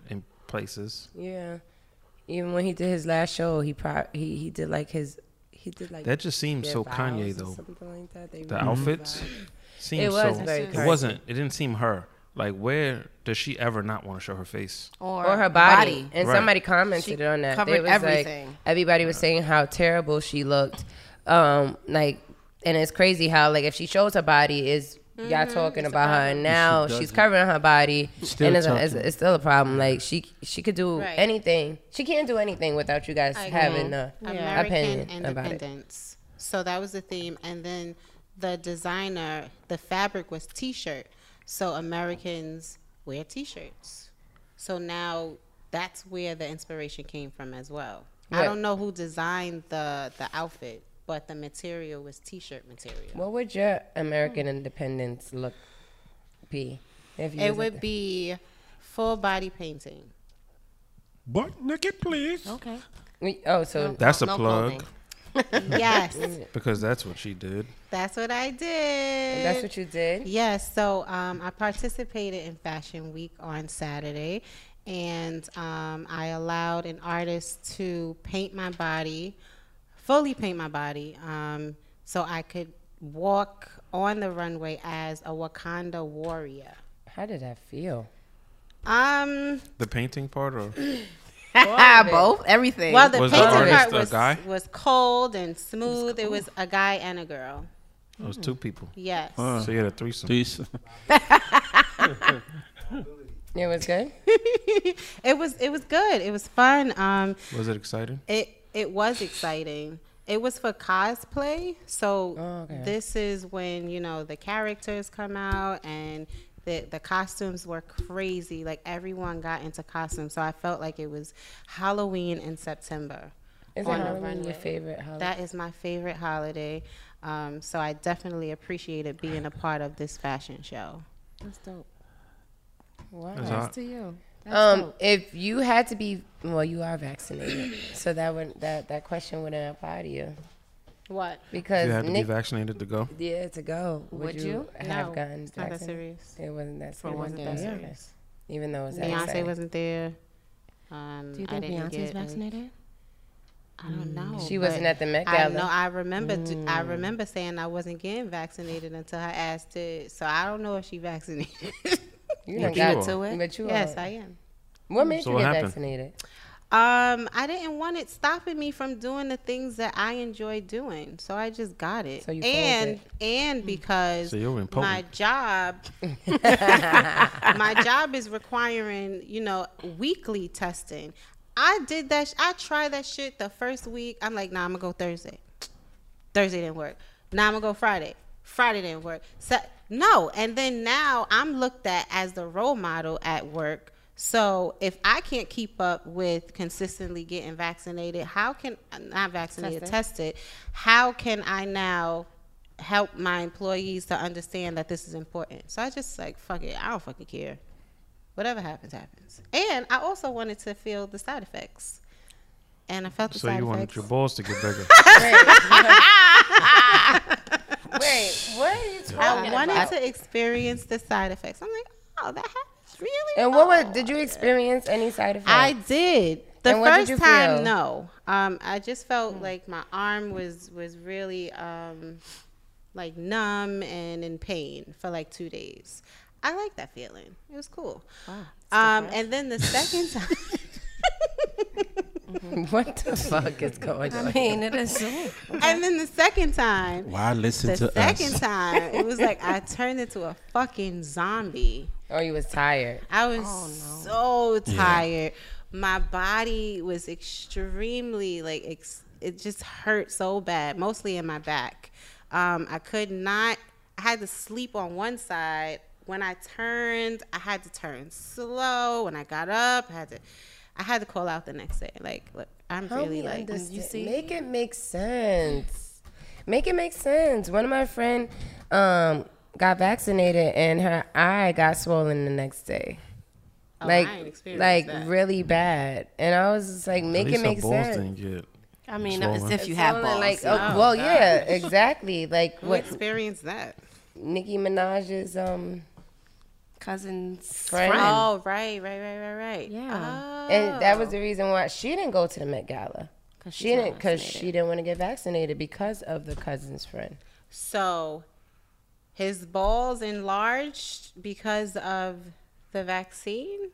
Speaker 6: in places.
Speaker 1: yeah. Even when he did his last show, he pro- he he did like his he did like
Speaker 6: That just seems
Speaker 1: their
Speaker 6: so
Speaker 1: vows
Speaker 6: Kanye
Speaker 1: or
Speaker 6: though.
Speaker 1: something like that. They
Speaker 6: The
Speaker 1: really
Speaker 6: outfits
Speaker 1: vibe.
Speaker 6: seems
Speaker 1: It was
Speaker 6: so.
Speaker 1: very
Speaker 6: it
Speaker 1: curvy.
Speaker 6: wasn't. It didn't seem her. Like where does she ever not want to show her face?
Speaker 2: Oh,
Speaker 1: or her body. And
Speaker 6: Right.
Speaker 1: somebody commented
Speaker 2: She
Speaker 1: on that.
Speaker 2: covered
Speaker 1: They was Like,
Speaker 2: everything.
Speaker 1: everybody was saying how terrible she looked. Um, like, and it's crazy how like if she shows her body is. Y'all talking about her and now.
Speaker 3: She
Speaker 1: She's
Speaker 3: doesn't.
Speaker 1: covering her body,
Speaker 3: Still
Speaker 1: and it's, a,
Speaker 3: talking.
Speaker 1: it's, it's still a problem. Like she, she could do
Speaker 4: Right.
Speaker 1: anything. She can't do anything without you guys
Speaker 4: I
Speaker 1: having a
Speaker 4: American
Speaker 1: opinion about it.
Speaker 4: independence. So that was the theme, and then the designer, the fabric was T-shirt. So Americans wear T-shirts. So now that's where the inspiration came from as well. I
Speaker 1: Right.
Speaker 4: don't know who designed the the outfit, but the material was T-shirt material.
Speaker 1: What would your American independence look be? If you
Speaker 4: it
Speaker 1: was a-
Speaker 4: would be full body painting.
Speaker 3: Butt naked, please.
Speaker 2: Okay.
Speaker 1: We- Oh, so
Speaker 6: That's a
Speaker 2: No clothing.
Speaker 6: plug
Speaker 4: Yes,
Speaker 6: because that's what she did.
Speaker 4: that's what I did.
Speaker 1: that's what you did.
Speaker 4: Yes, so um, I participated in Fashion Week on Saturday, and um, I allowed an artist to paint my body, fully paint my body, um, so I could walk on the runway as a Wakanda warrior.
Speaker 1: How did that feel?
Speaker 4: Um,
Speaker 6: The painting part, or
Speaker 2: Both, everything.
Speaker 4: well, the
Speaker 6: Was the
Speaker 4: painting part
Speaker 6: artist a
Speaker 4: was,
Speaker 6: guy?
Speaker 4: was cold and smooth. It was a guy and a girl.
Speaker 6: it was two people.
Speaker 4: Yes.
Speaker 6: So you had a threesome.
Speaker 3: Please.
Speaker 1: It was good.
Speaker 4: it was it was good. It was fun. Um,
Speaker 6: Was it exciting?
Speaker 4: It it was exciting. It was for cosplay. So
Speaker 1: Oh, okay.
Speaker 4: this is when, you know, the characters come out and the, the costumes were crazy. Like everyone got into costumes. So I felt like it was Halloween in September.
Speaker 1: Is
Speaker 4: on the
Speaker 1: Halloween your
Speaker 4: runway.
Speaker 1: favorite holiday?
Speaker 4: That is my favorite holiday. Um, so I definitely appreciated being a part of this fashion show.
Speaker 2: That's dope.
Speaker 6: That's hot.
Speaker 2: to you.
Speaker 1: um, if you had to be, well, you are vaccinated, so that would that that question wouldn't apply to you
Speaker 4: What?
Speaker 1: because
Speaker 6: You had to be
Speaker 1: Nick,
Speaker 6: vaccinated to go.
Speaker 1: yeah, to go. Would,
Speaker 2: Would
Speaker 1: you,
Speaker 2: you?
Speaker 1: have
Speaker 4: No,
Speaker 1: gotten
Speaker 4: it's not that
Speaker 1: vaccinated?
Speaker 4: serious.
Speaker 1: It wasn't that
Speaker 2: It
Speaker 1: serious.
Speaker 2: wasn't
Speaker 1: Yeah.
Speaker 2: that
Speaker 4: serious.
Speaker 1: Even though it was
Speaker 4: Beyonce
Speaker 1: outside.
Speaker 4: wasn't there. Um,
Speaker 2: Do you
Speaker 4: I
Speaker 2: think
Speaker 4: didn't
Speaker 2: Beyonce's
Speaker 4: get a-
Speaker 2: vaccinated?
Speaker 4: I don't know.
Speaker 1: Mm, She
Speaker 4: but
Speaker 1: wasn't at the Met
Speaker 4: I
Speaker 1: Gala.
Speaker 4: know. I remember. d I I remember saying I wasn't getting vaccinated until I asked it. So I don't know if she vaccinated.
Speaker 1: You done
Speaker 6: But
Speaker 1: got
Speaker 6: you
Speaker 1: to
Speaker 6: are.
Speaker 1: it. But you
Speaker 4: yes,
Speaker 1: are.
Speaker 4: I am.
Speaker 1: What made
Speaker 6: So
Speaker 1: you
Speaker 6: what
Speaker 1: get
Speaker 6: happened?
Speaker 1: vaccinated?
Speaker 4: Um, I didn't want it stopping me from doing the things that I enjoy doing, so I just got it.
Speaker 1: So you followed
Speaker 4: and and because
Speaker 6: So you were
Speaker 4: my
Speaker 6: impotent.
Speaker 4: job, my job is requiring you know weekly testing. I did that. Sh- I tried that shit the first week. I'm like, nah, I'm gonna go Thursday. Thursday didn't work. Now I'm gonna go Friday. Friday didn't work. So no, and then now I'm looked at as the role model at work. So if I can't keep up with consistently getting vaccinated, how can uh, not vaccinated tested? How can I now help my employees to understand that this is important? So I just like fuck it. I don't fucking care. Whatever happens, happens. And I also wanted to feel the side effects, and I felt the
Speaker 6: So
Speaker 4: side
Speaker 6: you wanted
Speaker 4: effects.
Speaker 6: your balls to get bigger.
Speaker 1: Wait, what are you talking
Speaker 4: I wanted to experience the side effects. I'm like, oh, that happens really.
Speaker 1: And what
Speaker 4: Oh.
Speaker 1: was? Did you experience any side effects?
Speaker 4: I did the
Speaker 1: And what did
Speaker 4: first
Speaker 1: you
Speaker 4: time.
Speaker 1: feel? Mm.
Speaker 4: No, um, I just felt like my arm was was really um, like numb and in pain for like two days. I like that feeling. It was cool. um, and then the second time.
Speaker 1: what the fuck is going on?
Speaker 2: I mean, it is. so-
Speaker 4: and then the second time,
Speaker 3: Why listen
Speaker 4: the
Speaker 3: to
Speaker 4: second
Speaker 3: us?
Speaker 4: time, it was like I turned into a fucking zombie.
Speaker 1: Oh, you was tired.
Speaker 4: I was
Speaker 1: Oh,
Speaker 4: so tired. My body was extremely like ex- it just hurt so bad, mostly in my back. Um, I could not. I had to sleep on one side. When I turned, I had to turn slow. When I got up, I had to. I had to call out the next day. Like, look, I'm
Speaker 1: Help
Speaker 4: really
Speaker 1: me
Speaker 4: like
Speaker 1: understand.
Speaker 2: you see?
Speaker 1: Make it make sense. Make it make sense. One of my friend um, got vaccinated and her eye got swollen the next day.
Speaker 4: Oh,
Speaker 1: like,
Speaker 4: I ain't experienced
Speaker 1: like
Speaker 4: that.
Speaker 1: really bad. And I was just like,
Speaker 6: At
Speaker 1: make it
Speaker 6: least
Speaker 1: make
Speaker 6: her balls
Speaker 1: sense.
Speaker 6: didn't get.
Speaker 2: I mean, it's
Speaker 6: Swollen.
Speaker 2: if you have
Speaker 1: Swollen,
Speaker 2: balls.
Speaker 1: like, oh, well, yeah, exactly. Like
Speaker 4: who
Speaker 1: what
Speaker 4: experienced that?
Speaker 1: Nicki Minaj's um,
Speaker 2: cousin's
Speaker 1: Friend.
Speaker 2: friend.
Speaker 4: Oh, right, right, right, right, right. Oh.
Speaker 1: Yeah. And that was the reason why she didn't go to the Met Gala. She didn't because she didn't want to get vaccinated because of the cousin's friend.
Speaker 4: So his balls enlarged because of the vaccine.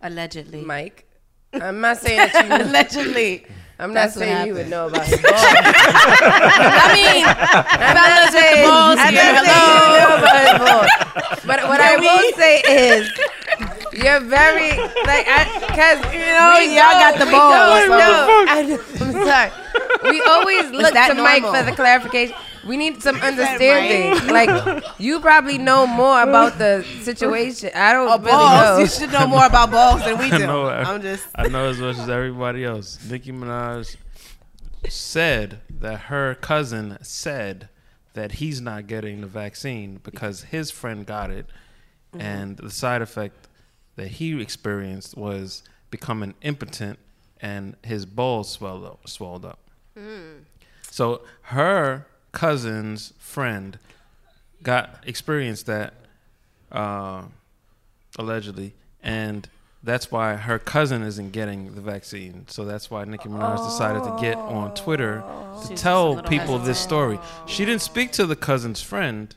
Speaker 2: Allegedly.
Speaker 1: Mike, I'm not saying that you.
Speaker 2: Allegedly.
Speaker 1: I'm not
Speaker 2: That's what
Speaker 1: saying you
Speaker 2: happened.
Speaker 1: would know about his balls.
Speaker 2: I mean, fellas with the balls
Speaker 1: I'm
Speaker 2: here.
Speaker 1: not
Speaker 2: Hello.
Speaker 1: saying you know about his balls. But what I will say is, you're very like because you know
Speaker 2: We- y'all got the
Speaker 1: we
Speaker 2: balls.
Speaker 1: don't
Speaker 2: What
Speaker 1: know. I know. I'm sorry. We always look
Speaker 2: that
Speaker 1: to Mike
Speaker 2: normal?
Speaker 1: for the clarification. We need some understanding. Like you probably know more about the situation. I don't really know.
Speaker 2: Balls. You should know more about balls than we
Speaker 6: I
Speaker 2: do.
Speaker 6: know.
Speaker 2: I'm just.
Speaker 6: I know as much as everybody else. Nicki Minaj said that her cousin said that he's not getting the vaccine because his friend got it,
Speaker 2: Mm-hmm.
Speaker 6: and the side effect that he experienced was becoming impotent and his balls swelled up. Swelled up.
Speaker 2: Mm.
Speaker 6: So her cousin's friend got experienced that uh, allegedly, and that's why her cousin isn't getting the vaccine. So that's why Nicki Minaj decided to get on Twitter to tell people this story. She didn't speak to the cousin's friend.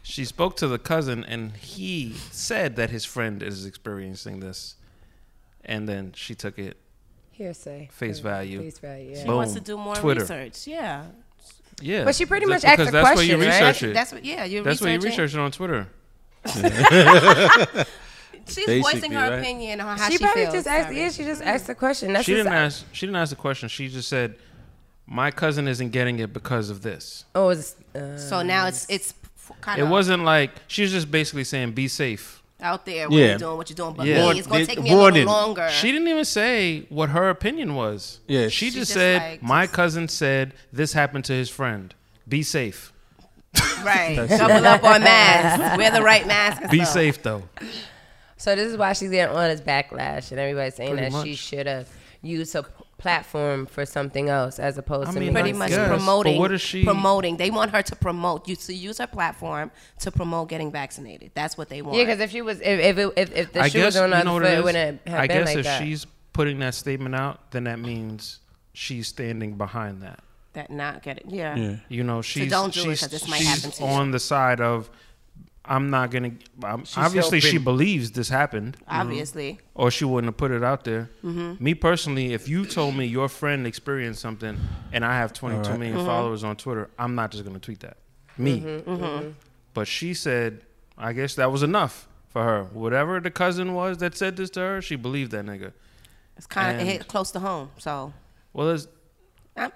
Speaker 6: She spoke to the cousin, and he said that his friend is experiencing this, and then she took it
Speaker 1: Hearsay.
Speaker 6: face value.
Speaker 1: Face value. Yeah.
Speaker 6: Boom.
Speaker 2: Wants to do more
Speaker 6: Twitter.
Speaker 2: research. Yeah.
Speaker 6: Yeah,
Speaker 1: But she pretty
Speaker 6: that's
Speaker 1: much asked
Speaker 6: because
Speaker 1: the
Speaker 6: that's
Speaker 1: question,
Speaker 6: where you
Speaker 1: right?
Speaker 6: research it.
Speaker 2: That's what. Yeah. You're
Speaker 6: That's what you
Speaker 2: researching.
Speaker 6: research it on Twitter.
Speaker 2: She's
Speaker 3: Basically,
Speaker 2: voicing her
Speaker 3: right?
Speaker 2: opinion on how
Speaker 1: She,
Speaker 2: she,
Speaker 1: probably
Speaker 2: feels.
Speaker 1: just asked.
Speaker 2: Sorry.
Speaker 1: Yeah, she just asked the question. That's
Speaker 6: she didn't
Speaker 1: just-
Speaker 6: ask. She didn't ask the question. She just said, "My cousin isn't getting it because of this."
Speaker 1: Oh, it's. Uh,
Speaker 2: So now it's it's kind
Speaker 6: It
Speaker 2: of
Speaker 6: wasn't like she was just basically saying, "Be safe."
Speaker 2: out there. What
Speaker 3: Yeah.
Speaker 2: you're doing, what you're doing, but
Speaker 6: Yeah.
Speaker 2: me, it's gonna
Speaker 3: Warn-
Speaker 2: take
Speaker 3: they-
Speaker 2: me a little
Speaker 3: warning.
Speaker 2: longer.
Speaker 6: She didn't even say what her opinion was.
Speaker 3: Yes. She
Speaker 6: She, just
Speaker 2: just
Speaker 6: said,
Speaker 2: like-
Speaker 6: "My cousin said this happened to his friend. Be safe.
Speaker 2: right. Double up on masks. Wear the right mask. and
Speaker 6: Be
Speaker 2: stuff.
Speaker 6: safe, though."
Speaker 1: So this is why she's getting all this backlash, and everybody's saying
Speaker 6: Pretty
Speaker 1: that she
Speaker 6: much.
Speaker 1: should have used her p- platform for something else as opposed
Speaker 6: I
Speaker 1: to
Speaker 6: mean,
Speaker 1: making
Speaker 2: pretty
Speaker 6: I
Speaker 2: much
Speaker 6: guess, but
Speaker 2: promoting
Speaker 6: what is she-
Speaker 2: promoting they want her to promote you to use her platform to promote getting vaccinated that's what they want
Speaker 1: Yeah, because if she was, if if, it, if, if the
Speaker 6: I
Speaker 1: shoe
Speaker 6: guess
Speaker 1: was on
Speaker 6: you
Speaker 1: the other
Speaker 6: know what
Speaker 1: foot,
Speaker 6: it
Speaker 1: it
Speaker 6: is?
Speaker 1: wouldn't have
Speaker 6: I
Speaker 1: been
Speaker 6: guess
Speaker 1: like
Speaker 6: if
Speaker 1: that.
Speaker 6: she's putting that statement out, then that means she's standing behind that.
Speaker 2: that not get it yeah,
Speaker 3: Yeah.
Speaker 6: You know, she's
Speaker 2: don't do it
Speaker 6: she's,
Speaker 2: 'cause this might
Speaker 6: she's
Speaker 2: happen to you.
Speaker 6: on the side of I'm not gonna. I'm, obviously, she
Speaker 3: helping.
Speaker 6: believes this happened,
Speaker 2: obviously
Speaker 6: or she wouldn't have put it out there. Me personally, if you told me your friend experienced something, and I have 22 million followers on Twitter, I'm not just gonna tweet that. Me, but she said, I guess that was enough for her. Whatever the cousin was that said this to her, she believed that nigga.
Speaker 2: it's kind of
Speaker 6: And-
Speaker 2: it hit close to home so
Speaker 6: Well, it's
Speaker 2: i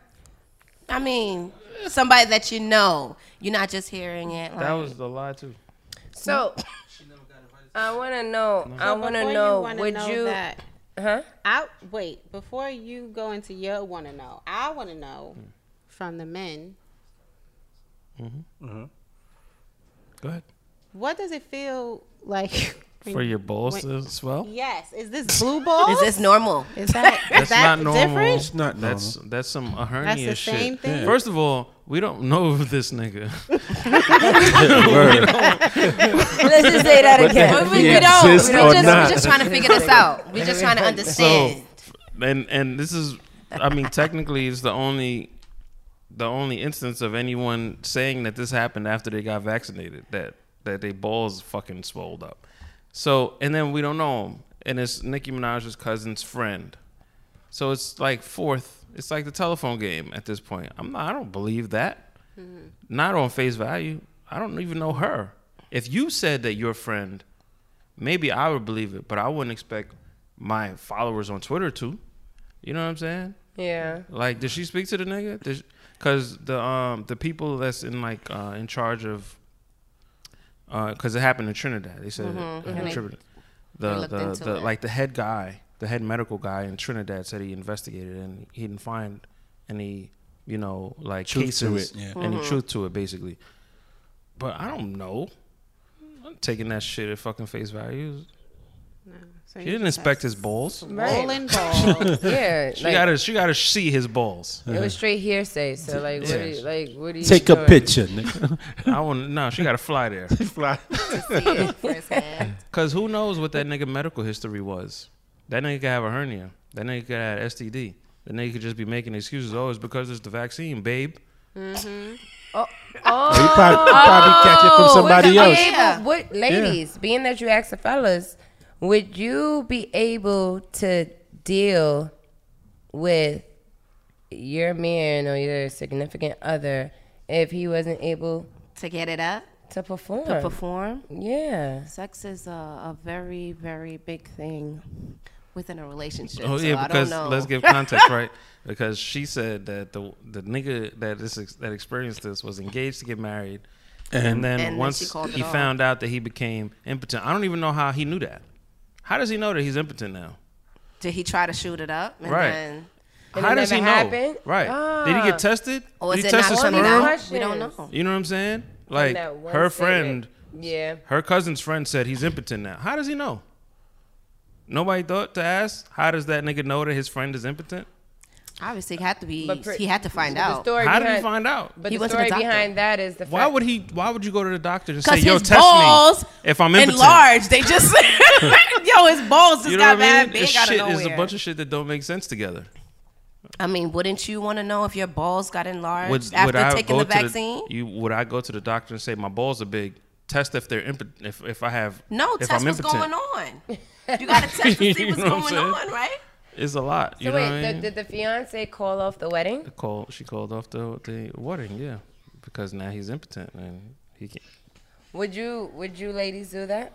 Speaker 2: I mean somebody that you know you're not just hearing it
Speaker 6: that
Speaker 2: like,
Speaker 6: was the lie too.
Speaker 1: so. I want to know. I
Speaker 4: So
Speaker 1: want to
Speaker 4: before you
Speaker 1: know.
Speaker 4: wanna
Speaker 1: would
Speaker 4: know
Speaker 1: you?
Speaker 4: That,
Speaker 1: Huh?
Speaker 4: I wait before you go into your want to know. I want to know
Speaker 6: Hmm.
Speaker 4: from the men.
Speaker 6: Go ahead.
Speaker 4: What does it feel like? when-
Speaker 6: For your balls to swell.
Speaker 4: yes, is this blue ball?
Speaker 2: is this normal
Speaker 4: Is that is
Speaker 6: That's
Speaker 4: that
Speaker 6: not normal.
Speaker 4: different?
Speaker 3: It's not
Speaker 6: That's that's some a hernia
Speaker 4: the
Speaker 6: shit.
Speaker 4: same thing? Yeah.
Speaker 6: First of all, we don't know if this nigga.
Speaker 1: Let's just say that again.
Speaker 2: But we,
Speaker 3: He
Speaker 2: we don't we're
Speaker 3: exists
Speaker 2: just,
Speaker 3: or
Speaker 2: we're
Speaker 3: not.
Speaker 2: just trying to figure this out we're just trying to understand
Speaker 6: So, and and this is, I mean, technically, it's the only, the only instance of anyone saying that this happened after they got vaccinated that that they balls fucking swelled up. So and then we don't know him, and it's Nicki Minaj's cousin's friend. So it's like fourth. It's like the telephone game at this point. I'm not. I don't believe that. Not on face value. I don't even know her. If you said that your friend, maybe I would believe it, but I wouldn't expect my followers on Twitter to. You know what I'm saying?
Speaker 1: Yeah.
Speaker 6: Like, did she speak to the nigga? Did sh- Cause the um the people that's in like uh in charge of uh cause it happened in Trinidad. They said it, uh, Trinidad.
Speaker 2: Mm-hmm. they
Speaker 6: The
Speaker 2: looked
Speaker 6: the,
Speaker 2: into
Speaker 6: the
Speaker 2: it.
Speaker 6: like the head guy, the head medical guy in Trinidad said he investigated and he didn't find any you know like
Speaker 3: Truth to
Speaker 6: cases
Speaker 3: it, yeah.
Speaker 6: any
Speaker 2: Mm-hmm.
Speaker 6: truth to it basically. But I don't know. I'm taking that shit at fucking face value.
Speaker 4: No. So
Speaker 6: She didn't inspect his balls.
Speaker 1: Right.
Speaker 4: Rolling balls.
Speaker 1: Yeah,
Speaker 6: She
Speaker 1: like,
Speaker 6: gotta she gotta see his balls.
Speaker 1: it was straight hearsay. So like, what do you,
Speaker 6: Yes.
Speaker 1: like what do you
Speaker 3: Take a
Speaker 1: doing?
Speaker 3: picture. nigga.
Speaker 6: I want no. She gotta fly there.
Speaker 3: Fly.
Speaker 2: firsthand.
Speaker 6: Cause who knows what that nigga medical history was? That nigga could have a hernia. That nigga could have STD. That nigga could just be making excuses. Oh, it's because it's the vaccine, babe.
Speaker 3: He probably, probably
Speaker 2: Oh,
Speaker 3: catch it from somebody
Speaker 1: Are you
Speaker 3: else.
Speaker 1: able- what, ladies, being that you ask the fellas, would you be able to deal with your man or your significant other if he wasn't able
Speaker 2: to get it up,
Speaker 1: to perform?
Speaker 2: to perform.
Speaker 1: yeah.
Speaker 2: Sex is a, a very, very big thing within a relationship.
Speaker 6: Oh
Speaker 2: so
Speaker 6: yeah,
Speaker 2: I don't
Speaker 6: because
Speaker 2: know.
Speaker 6: let's give context, right? Because she said that the the nigga that this ex- that experienced this was engaged to get married, and,
Speaker 2: And
Speaker 6: then
Speaker 2: then
Speaker 6: once
Speaker 2: she called it
Speaker 6: he
Speaker 2: off.
Speaker 6: found out that he became impotent, I don't even know how he knew that. How does he know that he's impotent now?
Speaker 2: Did he try to shoot it up? And
Speaker 6: Right.
Speaker 2: Then,
Speaker 1: And
Speaker 6: how
Speaker 1: it
Speaker 6: does he
Speaker 1: never
Speaker 6: know?
Speaker 1: happened?
Speaker 6: Right? Did he
Speaker 1: Ah.
Speaker 6: get tested?
Speaker 2: or is
Speaker 6: Did
Speaker 2: Oh,
Speaker 6: he
Speaker 2: it
Speaker 6: test
Speaker 2: not
Speaker 6: his
Speaker 2: coming
Speaker 6: sperm?
Speaker 2: out? We don't know.
Speaker 6: You know what I'm saying? Like
Speaker 1: That one
Speaker 6: her friend,
Speaker 1: statement. Yeah.
Speaker 6: her cousin's friend said he's impotent now. How does he know? Nobody thought to ask. How does that nigga know that his friend is impotent?
Speaker 2: Obviously, he had to be.
Speaker 1: But pre-
Speaker 2: he had to find
Speaker 1: The
Speaker 2: out.
Speaker 1: story
Speaker 6: How did
Speaker 1: behind,
Speaker 6: he find out?
Speaker 1: But
Speaker 2: He
Speaker 1: the
Speaker 2: went to the
Speaker 1: story
Speaker 2: doctor.
Speaker 1: behind that is the
Speaker 6: Why
Speaker 1: fact
Speaker 6: would he? Why would you go to the doctor and say,
Speaker 2: Because
Speaker 6: "Yo,
Speaker 2: his
Speaker 6: test
Speaker 2: balls
Speaker 6: me if I'm impotent"?
Speaker 2: enlarged. They just yo, his balls just
Speaker 6: You know
Speaker 2: got
Speaker 6: what I
Speaker 2: bad
Speaker 6: mean? This
Speaker 2: big out of
Speaker 6: shit
Speaker 2: nowhere.
Speaker 6: is a bunch of shit that don't make sense together.
Speaker 2: I mean, wouldn't you want to know if your balls got enlarged
Speaker 6: Would,
Speaker 2: after
Speaker 6: would I
Speaker 2: taking
Speaker 6: go
Speaker 2: the
Speaker 6: to
Speaker 2: vaccine?
Speaker 6: you would I go to the doctor and say my balls are big? Test if they're impotent. If, if I have
Speaker 2: no,
Speaker 6: if
Speaker 2: test what's going on. You got to test to see
Speaker 6: You
Speaker 2: what's
Speaker 6: know what
Speaker 2: going
Speaker 6: I'm
Speaker 2: on, right?
Speaker 6: It's a lot.
Speaker 1: So
Speaker 6: You know what I
Speaker 1: wait,
Speaker 6: mean?
Speaker 1: did, did the fiance call off the wedding?
Speaker 6: Call- she called off the the wedding, yeah, because now he's impotent and he can't.
Speaker 1: Would you would you ladies do that?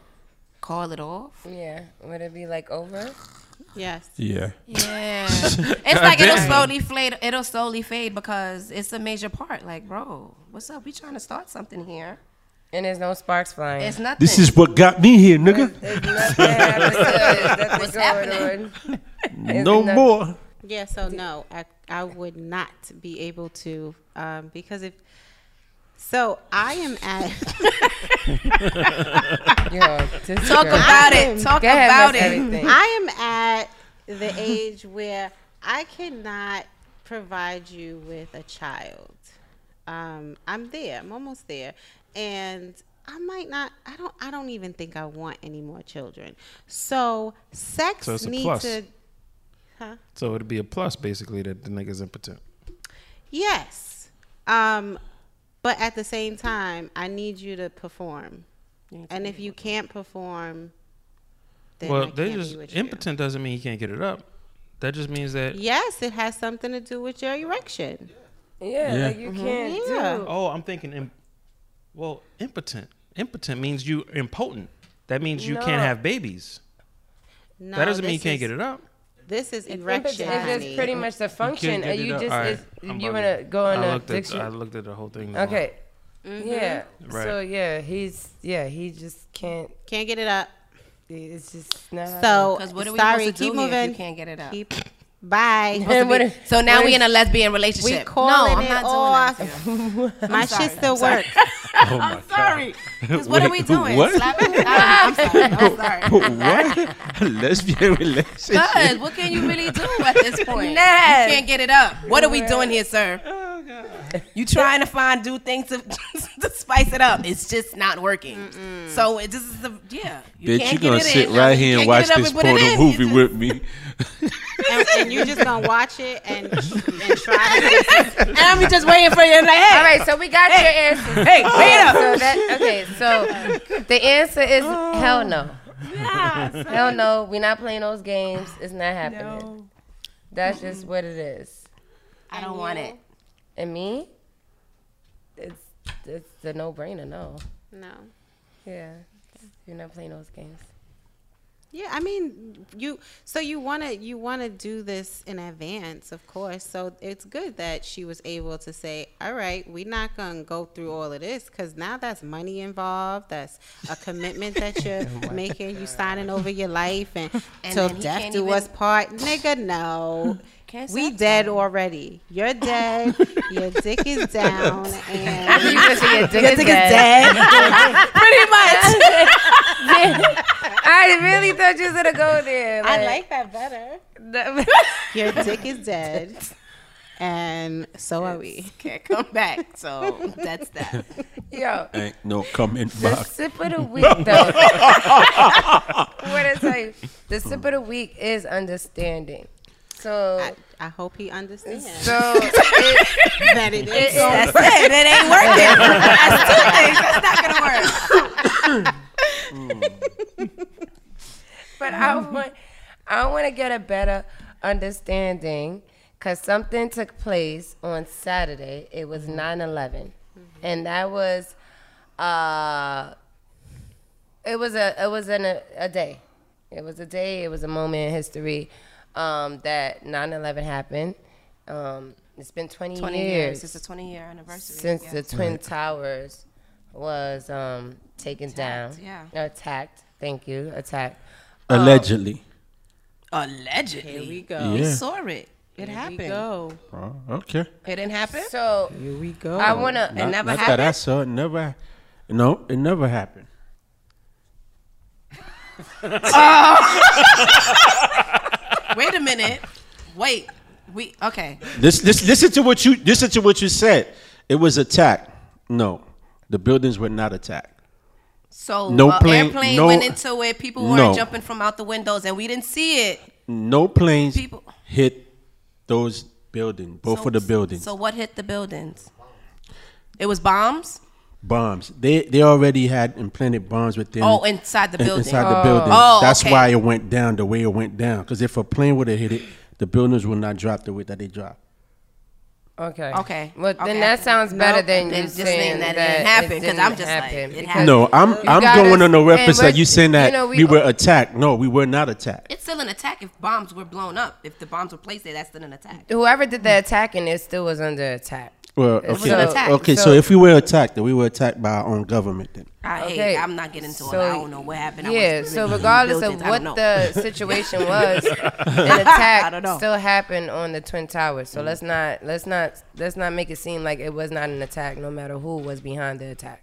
Speaker 2: Call it off.
Speaker 1: Yeah. Would it be like over?
Speaker 4: yes.
Speaker 3: Yeah.
Speaker 2: Yeah, it's like it'll slowly fade. It'll slowly fade because it's a major part. Like, bro, what's up? We trying to start something here.
Speaker 1: And there's no sparks flying.
Speaker 2: It's nothing.
Speaker 3: This is what got me here, nigga.
Speaker 1: There's nothing happening. There's nothing going
Speaker 2: happening?
Speaker 1: on. There's
Speaker 3: No
Speaker 1: nothing-
Speaker 3: more.
Speaker 4: Yeah, so no, I, I would not be able to um, because if so, I am at
Speaker 1: Yo, this
Speaker 2: talk
Speaker 1: girl.
Speaker 2: about it. Talk
Speaker 1: Go ahead,
Speaker 2: about
Speaker 1: Miss
Speaker 2: it.
Speaker 1: Everything.
Speaker 4: I am at the age where I cannot provide you with a child. Um, I'm there. I'm almost there, and I might not. I don't. I don't even think I want any more children. So sex
Speaker 6: So it's a
Speaker 4: needs
Speaker 6: plus.
Speaker 4: to. Huh?
Speaker 6: So it'd be a plus basically that the nigga's impotent.
Speaker 4: Yes. Um, but at the same time, I need you to perform. And if you can't perform, then I
Speaker 6: well,
Speaker 4: can't
Speaker 6: they just
Speaker 4: be with you.
Speaker 6: impotent doesn't mean he can't get it up. That just means that
Speaker 4: Yes, it has something to do with your erection.
Speaker 1: yeah,
Speaker 3: Yeah.
Speaker 1: like you can't
Speaker 4: Yeah.
Speaker 1: do.
Speaker 6: Oh, I'm thinking. Imp- well, impotent. Impotent means you impotent. That means you
Speaker 1: No.
Speaker 6: can't have babies.
Speaker 4: No,
Speaker 6: that doesn't mean you
Speaker 4: this
Speaker 6: can't
Speaker 4: is-
Speaker 6: get it up.
Speaker 4: This is
Speaker 1: It's,
Speaker 4: erection.
Speaker 1: it's just
Speaker 4: honey.
Speaker 1: pretty much the function, and you just it's, you want to
Speaker 6: to
Speaker 1: go on
Speaker 6: I
Speaker 1: a
Speaker 6: looked at, I
Speaker 1: dictionary.
Speaker 6: looked at the whole thing. wrong.
Speaker 1: Okay.
Speaker 2: Mm-hmm.
Speaker 1: Yeah.
Speaker 6: Right.
Speaker 1: So yeah, he's yeah he just can't.
Speaker 4: can't get it up.
Speaker 1: It's just not.
Speaker 4: So
Speaker 2: Because what are we
Speaker 4: sorry,
Speaker 2: supposed to
Speaker 4: keep
Speaker 2: do here if
Speaker 4: moving.
Speaker 2: you can't get it up?
Speaker 4: Keep. Bye.
Speaker 1: And what if-
Speaker 2: So now
Speaker 1: what
Speaker 2: we
Speaker 1: if-
Speaker 2: in a lesbian relationship.
Speaker 4: We calling
Speaker 2: no,
Speaker 4: it
Speaker 2: I'm not doing that.
Speaker 4: My shit still works.
Speaker 3: Oh my
Speaker 2: Sorry. 'Cause what are we
Speaker 3: Wait,
Speaker 2: doing?
Speaker 3: what?
Speaker 2: Slapping? I'm, I'm sorry. I'm sorry.
Speaker 3: God. what? Lesbian relationship.
Speaker 2: Because what can you really do at this point?
Speaker 1: Yes.
Speaker 2: You can't get it up. What are we doing here, sir?
Speaker 4: Oh,
Speaker 2: You trying to find new things to, to spice it up. It's just not working. So it, this is the yeah. You
Speaker 3: Bitch, you
Speaker 2: can't
Speaker 3: gonna
Speaker 2: get it
Speaker 3: sit
Speaker 2: in.
Speaker 3: right
Speaker 2: You
Speaker 3: here and
Speaker 2: can't
Speaker 3: watch
Speaker 2: get it up
Speaker 3: this
Speaker 2: and put it
Speaker 3: porno
Speaker 2: in.
Speaker 3: movie
Speaker 2: You
Speaker 3: with me.
Speaker 4: and, and you're just gonna watch it and and try.
Speaker 2: just- And I'm just waiting for you. like, hey,
Speaker 1: All right, so we got your answer.
Speaker 2: hey, wait up.
Speaker 1: So that, okay, so the answer is
Speaker 2: Oh.
Speaker 1: hell no. Hell no. We're not playing those games. It's not happening. That's just what it is.
Speaker 2: I don't want it.
Speaker 1: And me, it's it's a no brainer. No.
Speaker 4: No.
Speaker 1: Yeah. You're not playing those games.
Speaker 4: Yeah, I mean, you. So you wanna you wanna do this in advance, of course. So it's good that she was able to say, "All right, we're not gonna go through all of this because now that's money involved. That's a commitment that you're making. You signing over your life and,
Speaker 2: And
Speaker 4: till
Speaker 2: then he
Speaker 4: death
Speaker 2: can't
Speaker 4: do
Speaker 2: even-
Speaker 4: us part, nigga. No,
Speaker 2: Can't
Speaker 4: we
Speaker 2: stop
Speaker 4: dead already. You're dead. your dick is down, and
Speaker 1: You just your dick
Speaker 2: Your
Speaker 1: is
Speaker 2: dick is
Speaker 1: dead.
Speaker 2: dead. Pretty much.
Speaker 1: I really thought you was gonna go there.
Speaker 4: I like that better.
Speaker 1: like.
Speaker 4: Your dick is dead, and so are we.
Speaker 2: Can't come back. So that's that.
Speaker 1: Yo,
Speaker 3: Ain't no coming
Speaker 1: the
Speaker 3: back.
Speaker 1: sip of the week, though. what I tell you, the sip of the week is understanding. So,
Speaker 4: I, I hope he understands
Speaker 1: so it,
Speaker 4: that it is.
Speaker 1: it,
Speaker 2: it. It ain't working. That's two things. That's not gonna work.
Speaker 1: but I
Speaker 2: Mm-hmm.
Speaker 1: want, I want to get a better understanding because something took place on Saturday. It was
Speaker 2: Mm-hmm.
Speaker 1: 9/11, and that was, uh, it was a, it was an, a, a day. It was a day. It was a moment in history um, that 9/11 happened. Um, it's been 20,
Speaker 2: 20 years.
Speaker 1: years
Speaker 2: It's a 20 year anniversary.
Speaker 1: since
Speaker 2: yeah.
Speaker 1: the twin towers was um taken down
Speaker 2: yeah.
Speaker 1: attacked thank you attacked
Speaker 3: Allegedly.
Speaker 2: Allegedly.
Speaker 4: Here we go.
Speaker 2: We
Speaker 3: Yeah.
Speaker 2: saw it. It
Speaker 4: We
Speaker 2: happened.
Speaker 4: go.
Speaker 3: Oh, okay.
Speaker 2: It didn't happen.
Speaker 1: so
Speaker 4: Here we go.
Speaker 1: i want to
Speaker 3: Not-
Speaker 1: and
Speaker 2: Uh, never
Speaker 3: not That I
Speaker 2: happened?
Speaker 3: saw it never. No, it never happened.
Speaker 2: Wait a minute. Wait. We okay.
Speaker 3: This, this, listen to what you listen to what you said. It was attacked. No, the buildings were not attacked.
Speaker 2: So
Speaker 3: No
Speaker 2: uh,
Speaker 3: plane-
Speaker 2: airplane
Speaker 3: no-
Speaker 2: went into it. People were
Speaker 3: No.
Speaker 2: jumping from out the windows, and we didn't see it.
Speaker 3: No planes
Speaker 2: People-
Speaker 3: hit those buildings. Both
Speaker 2: So-
Speaker 3: of the buildings.
Speaker 2: So what hit the buildings? It was bombs.
Speaker 3: bombs. They they already had implanted bombs within.
Speaker 2: Oh, inside the
Speaker 3: in-
Speaker 2: building.
Speaker 3: Inside the building.
Speaker 2: Oh,
Speaker 3: That's
Speaker 2: okay.
Speaker 3: why it went down the way it went down. Because if a plane would have hit it, the buildings would not drop the way that they dropped.
Speaker 1: okay
Speaker 2: Okay.
Speaker 1: well
Speaker 2: Okay.
Speaker 1: then that sounds better
Speaker 2: Nope.
Speaker 1: than
Speaker 2: Then
Speaker 1: you
Speaker 2: just
Speaker 1: saying
Speaker 2: saying that it
Speaker 1: that
Speaker 2: didn't happen, 'cause
Speaker 1: didn't
Speaker 2: I'm just like,
Speaker 1: happen.
Speaker 2: it
Speaker 1: Because
Speaker 2: happened.
Speaker 3: No, I'm I'm
Speaker 1: gotta-
Speaker 3: going on the
Speaker 1: and
Speaker 3: reference
Speaker 1: we're-
Speaker 3: that you saying that
Speaker 1: you know,
Speaker 3: we,
Speaker 1: we-
Speaker 3: were attacked. No, we were not attacked.
Speaker 2: It's still an attack if bombs were blown up. If the bombs were placed there, that's still an attack.
Speaker 1: whoever did the attacking it still was under attack
Speaker 3: Well,
Speaker 1: It was
Speaker 3: okay,
Speaker 1: an
Speaker 2: attack.
Speaker 3: okay. So,
Speaker 1: So-
Speaker 3: if we were attacked, then we were attacked by our own government. Then
Speaker 2: I
Speaker 1: Okay.
Speaker 2: hate. I'm not getting into
Speaker 1: So-
Speaker 2: it. I don't know what happened. I
Speaker 1: yeah
Speaker 2: wasn't
Speaker 1: so
Speaker 2: in the
Speaker 1: regardless of
Speaker 2: buildings. I
Speaker 1: what
Speaker 2: don't know.
Speaker 1: the situation was an
Speaker 2: I
Speaker 1: attack
Speaker 2: don't know.
Speaker 1: still happened on the twin towers so let's not let's not let's not make it seem like it was not an attack no matter who was behind the attack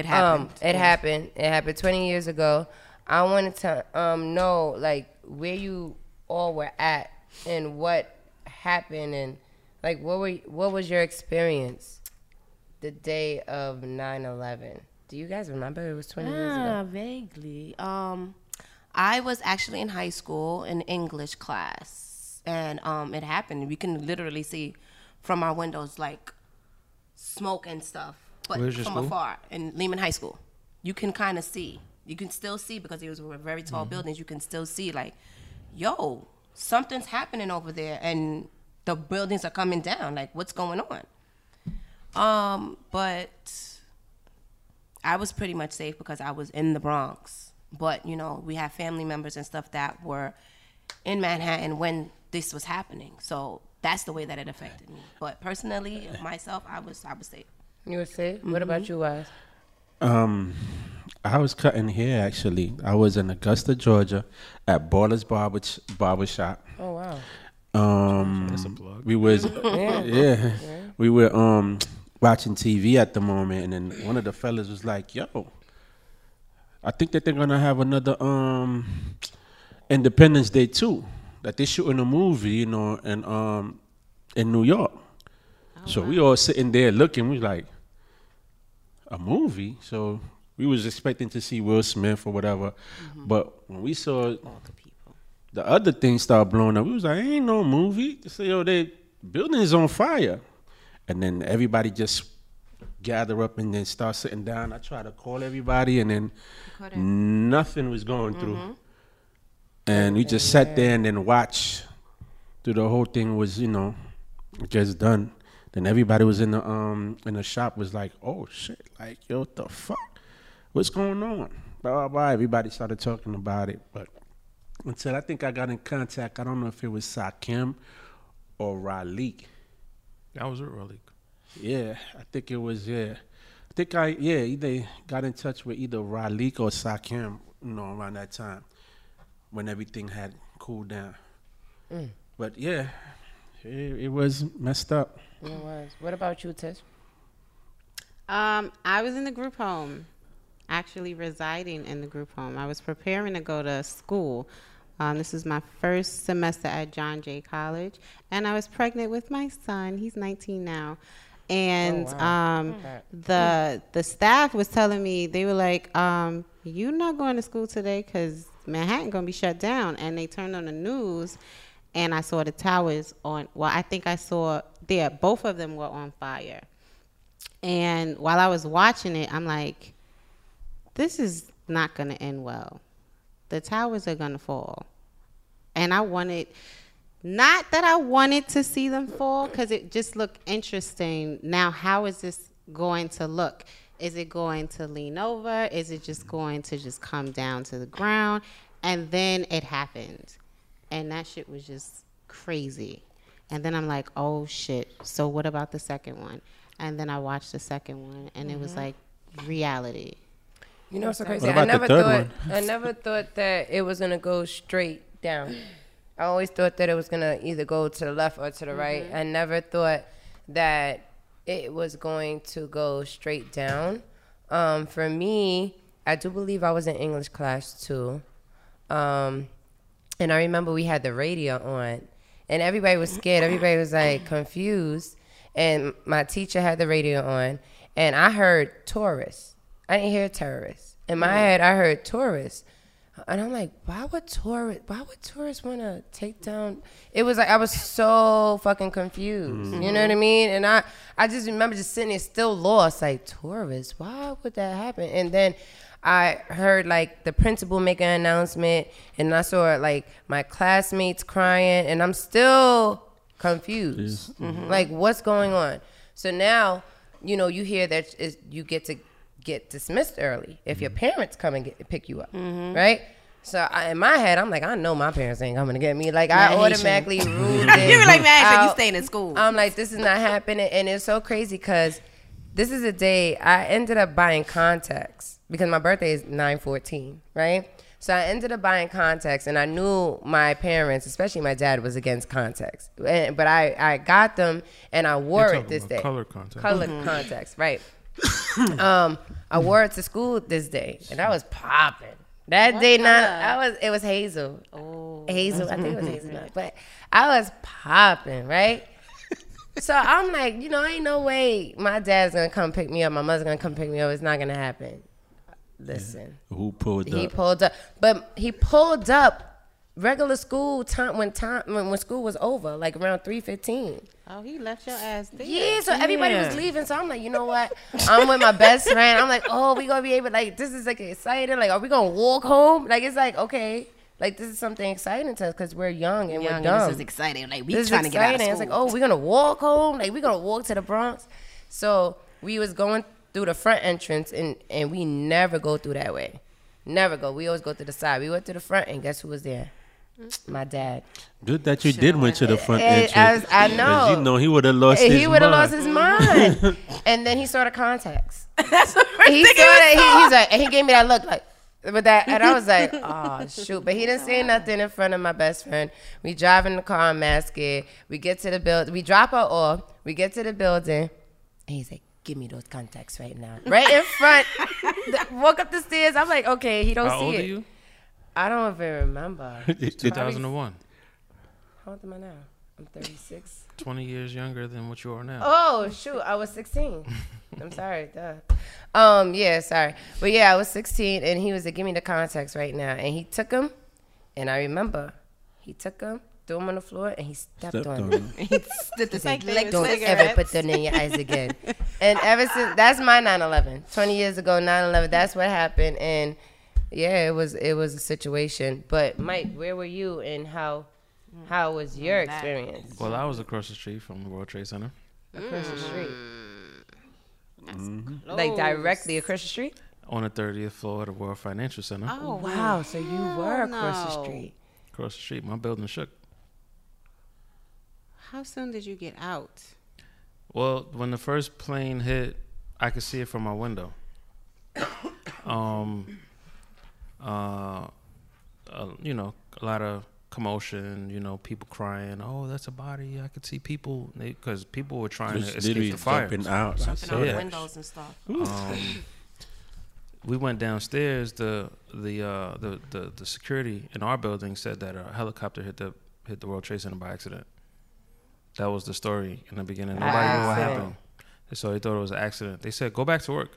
Speaker 2: it happened.
Speaker 1: Um, it happened. It happened 20 years ago. I wanted to um, know like where you all were at and what happened and like what were what was your experience the day of 9/11? Do you guys remember? It was 20 years ago.
Speaker 2: Ah, vaguely. Um, I was actually in high school in English class, and um, it happened. We can literally see from our windows like smoke and stuff, but
Speaker 6: Where's your
Speaker 2: from
Speaker 6: school?
Speaker 2: afar. In Lehman High School, you can kind of see. You can still see because it was were very tall
Speaker 6: Mm-hmm.
Speaker 2: buildings. You can still see like, yo, something's happening over there, and the buildings are coming down. Like, what's going on? Um, but I was pretty much safe because I was in the Bronx. But you know, we have family members and stuff that were in Manhattan when this was happening. So that's the way that it affected me. But personally, myself, I was I was safe.
Speaker 1: You were safe.
Speaker 2: Mm-hmm.
Speaker 1: What about you guys?
Speaker 3: Um, I was cutting hair actually. I was in Augusta, Georgia, at Ballers Barber Barbershop.
Speaker 1: Oh wow.
Speaker 3: Um,
Speaker 6: That's a plug.
Speaker 3: We was yeah. we were um watching TV at the moment, and then one of the fellas was like, "Yo, I think that they're gonna have another um Independence Day too. That they shooting a movie, you know, and um in New York." so we all sitting there looking. We was like, "A movie?" So we was expecting to see Will Smith or whatever, but when we saw the other thing started blowing up. We was like, ain't no movie. They say, yo, the building is on fire. And then everybody just gather up and then start sitting down. I try to call everybody and then nothing was going through. And we just sat there and then watched through the whole thing was, you know, just done. Then everybody was in the um in the shop was like, oh shit, like yo, what the fuck? What's going on? Blah blah blah. Everybody started talking about it, but until I think I got in contact. I don't know if it was Sakim or Ralik.
Speaker 6: That was it, really.
Speaker 3: Yeah, I think it was. Yeah, I think I yeah either got in touch with either Ralik or Sakim. You know, around that time when everything had cooled down.
Speaker 1: Mm.
Speaker 3: But yeah, it, it was messed up.
Speaker 1: It was. What about you, Tish?
Speaker 4: Um, I was in the group home. actually residing in the group home. I was preparing to go to school. Um, this is my first semester at John Jay College, and I was pregnant with my son. He's 19 now. And um, the the staff was telling me they were like, um, "You're not going to school today because Manhattan gonna be shut down." And they turned on the news, and I saw the towers on. Well, I think I saw there. Both of them were on fire. And while I was watching it, I'm like, this is not going to end well. The towers are going to fall. And I wanted, not that I wanted to see them fall, because it just looked interesting. Now, how is this going to look? Is it going to lean over? Is it just going to just come down to the ground? And then it happened. And that shit was just crazy. And then I'm like, oh shit. So what about the second one? And then I watched the second one, and it was like reality.
Speaker 1: You know what's so crazy?
Speaker 3: What about
Speaker 1: I
Speaker 3: the
Speaker 1: never
Speaker 3: third
Speaker 1: thought I never thought that it was gonna go straight down. I always thought that it was gonna either go to the left or to the right.
Speaker 3: Mm-hmm.
Speaker 1: I never thought that it was going to go straight down. Um, for me, I do believe I was in English class too. Um, and I remember we had the radio on, and everybody was scared. Everybody was like confused. And my teacher had the radio on, and I heard tourists. I didn't hear terrorists. In my head, I heard tourists. And I'm like, why would tourists? Why would tourists want to take down? It was like I was so fucking confused. You know what I mean? And I, I just remember just sitting there still lost. Like tourists, why would that happen? And then I heard like the principal make an announcement, and I saw like my classmates crying, and I'm still confused. Mm-hmm. Like what's going on? So now, you know, you hear that is you get to get dismissed early if your parents come and get, pick you up,
Speaker 2: Mm-hmm.
Speaker 1: right? So I, in my head, I'm like, I know my parents ain't coming to get me. Like I
Speaker 2: Mad Haitian.
Speaker 1: automatically ruled it.
Speaker 2: You were like, man, so you
Speaker 1: out.
Speaker 2: staying in school.
Speaker 1: I'm like, this is not happening. And it's so crazy because this is a day I ended up buying contacts because my birthday is 914, right? So I ended up buying contacts and I knew my parents, especially my dad, was against contacts. And, but I, I got them and I wore it
Speaker 6: talking
Speaker 1: this
Speaker 6: about
Speaker 1: day.
Speaker 6: color contacts.
Speaker 1: Color contacts, right. um, I wore it to school this day and I was popping. That day, not I was. It was Hazel. Oh, Hazel. I think it was Hazel, but I was popping, right? So I'm like, you know, ain't no way my dad's gonna come pick me up. My mother's gonna come pick me up. It's not gonna happen. Listen,
Speaker 3: Who pulled
Speaker 1: he
Speaker 3: up?
Speaker 1: pulled up, but he pulled up regular school time when time when, when school was over, like around three fifteen.
Speaker 4: Oh, he left your ass there.
Speaker 1: Yeah, so everybody was leaving. So I'm like, you know what? I'm with my best friend. I'm like, oh, we gonna be able like this is like exciting. Like, are we gonna walk home? Like, it's like okay, like this is something exciting to us because we're young and we're
Speaker 2: Young,
Speaker 1: dumb.
Speaker 2: and this is exciting. Like we
Speaker 1: This is
Speaker 2: trying to get out of
Speaker 1: exciting.
Speaker 2: school.
Speaker 1: It's like, oh, we're gonna walk home. Like we're gonna walk to the Bronx. So we was going through the front entrance, and and we never go through that way. Never go. We always go to the side. We went to the front, and guess who was there?
Speaker 2: Mm.
Speaker 1: My dad.
Speaker 3: Good that you did went to the front
Speaker 1: It-
Speaker 3: entrance.
Speaker 1: I- I
Speaker 3: 'cause
Speaker 1: know.
Speaker 3: You know he would have lost
Speaker 1: And
Speaker 3: his
Speaker 1: he would have
Speaker 3: mind.
Speaker 1: lost his mind. and then he saw the contacts.
Speaker 2: That's the first
Speaker 1: He
Speaker 2: thing
Speaker 1: saw
Speaker 2: he was
Speaker 1: that. He,
Speaker 2: told.
Speaker 1: he's like, and he gave me that look like. But that, and I was like, oh shoot! But he didn't say nothing in front of my best friend. We drive in the car, I'm mad scared. We get to the build, we drop her off. We get to the building, and he's like, "Give me those contacts right now!" Right in front. Th- Walk up the stairs. I'm like, okay, he don't
Speaker 6: How
Speaker 1: see
Speaker 6: old
Speaker 1: it.
Speaker 6: are you?
Speaker 1: I don't even remember.
Speaker 3: It- it-
Speaker 6: 2001.
Speaker 1: How old am I now? I'm 36.
Speaker 6: 20 years younger than what you are now.
Speaker 1: Oh shoot, I was 16. I'm sorry, duh. Um, yeah, sorry, but yeah, I was 16, and he was like, "Give me the contacts right now," and he took them, and I remember, he took them, threw them on the floor, and he stepped,
Speaker 3: Stepped
Speaker 1: on
Speaker 3: on
Speaker 1: them.
Speaker 3: him.
Speaker 2: Did the same
Speaker 4: like they
Speaker 2: thing.
Speaker 4: was
Speaker 1: Don't ever put that in your eyes again. And ever since, that's my 9/11. 20 years ago, 9/11. That's what happened, and yeah, it was it was a situation. But Mike, where were you, and how
Speaker 3: Mm.
Speaker 1: how was your experience?
Speaker 6: Well, I was across the street from the World Trade Center.
Speaker 1: Across the street, like directly across the street.
Speaker 6: on the 30th floor of the World Financial Center.
Speaker 4: Oh
Speaker 1: Wow, so you were across the
Speaker 4: no.
Speaker 1: street.
Speaker 6: Across the street, my building shook.
Speaker 4: How soon did you get out?
Speaker 6: Well, when the first plane hit, I could see it from my window. um, uh, uh, you know, a lot of commotion. You know, people crying. Oh, that's a body. I could see people because people were trying
Speaker 3: Just
Speaker 6: to
Speaker 3: literally
Speaker 1: oh,
Speaker 6: escape the fire.
Speaker 3: jumping out. I
Speaker 2: Jumping
Speaker 3: saw
Speaker 2: out
Speaker 6: Yeah.
Speaker 2: windows and stuff.
Speaker 6: Um, we went downstairs. The the uh, the, the the security in our building said that a helicopter hit the hit the World Trade Center by accident. That was the story in the beginning.
Speaker 2: Ah,
Speaker 6: Nobody knew what
Speaker 1: accident.
Speaker 6: happened, so they thought it was an accident. They said go back to work,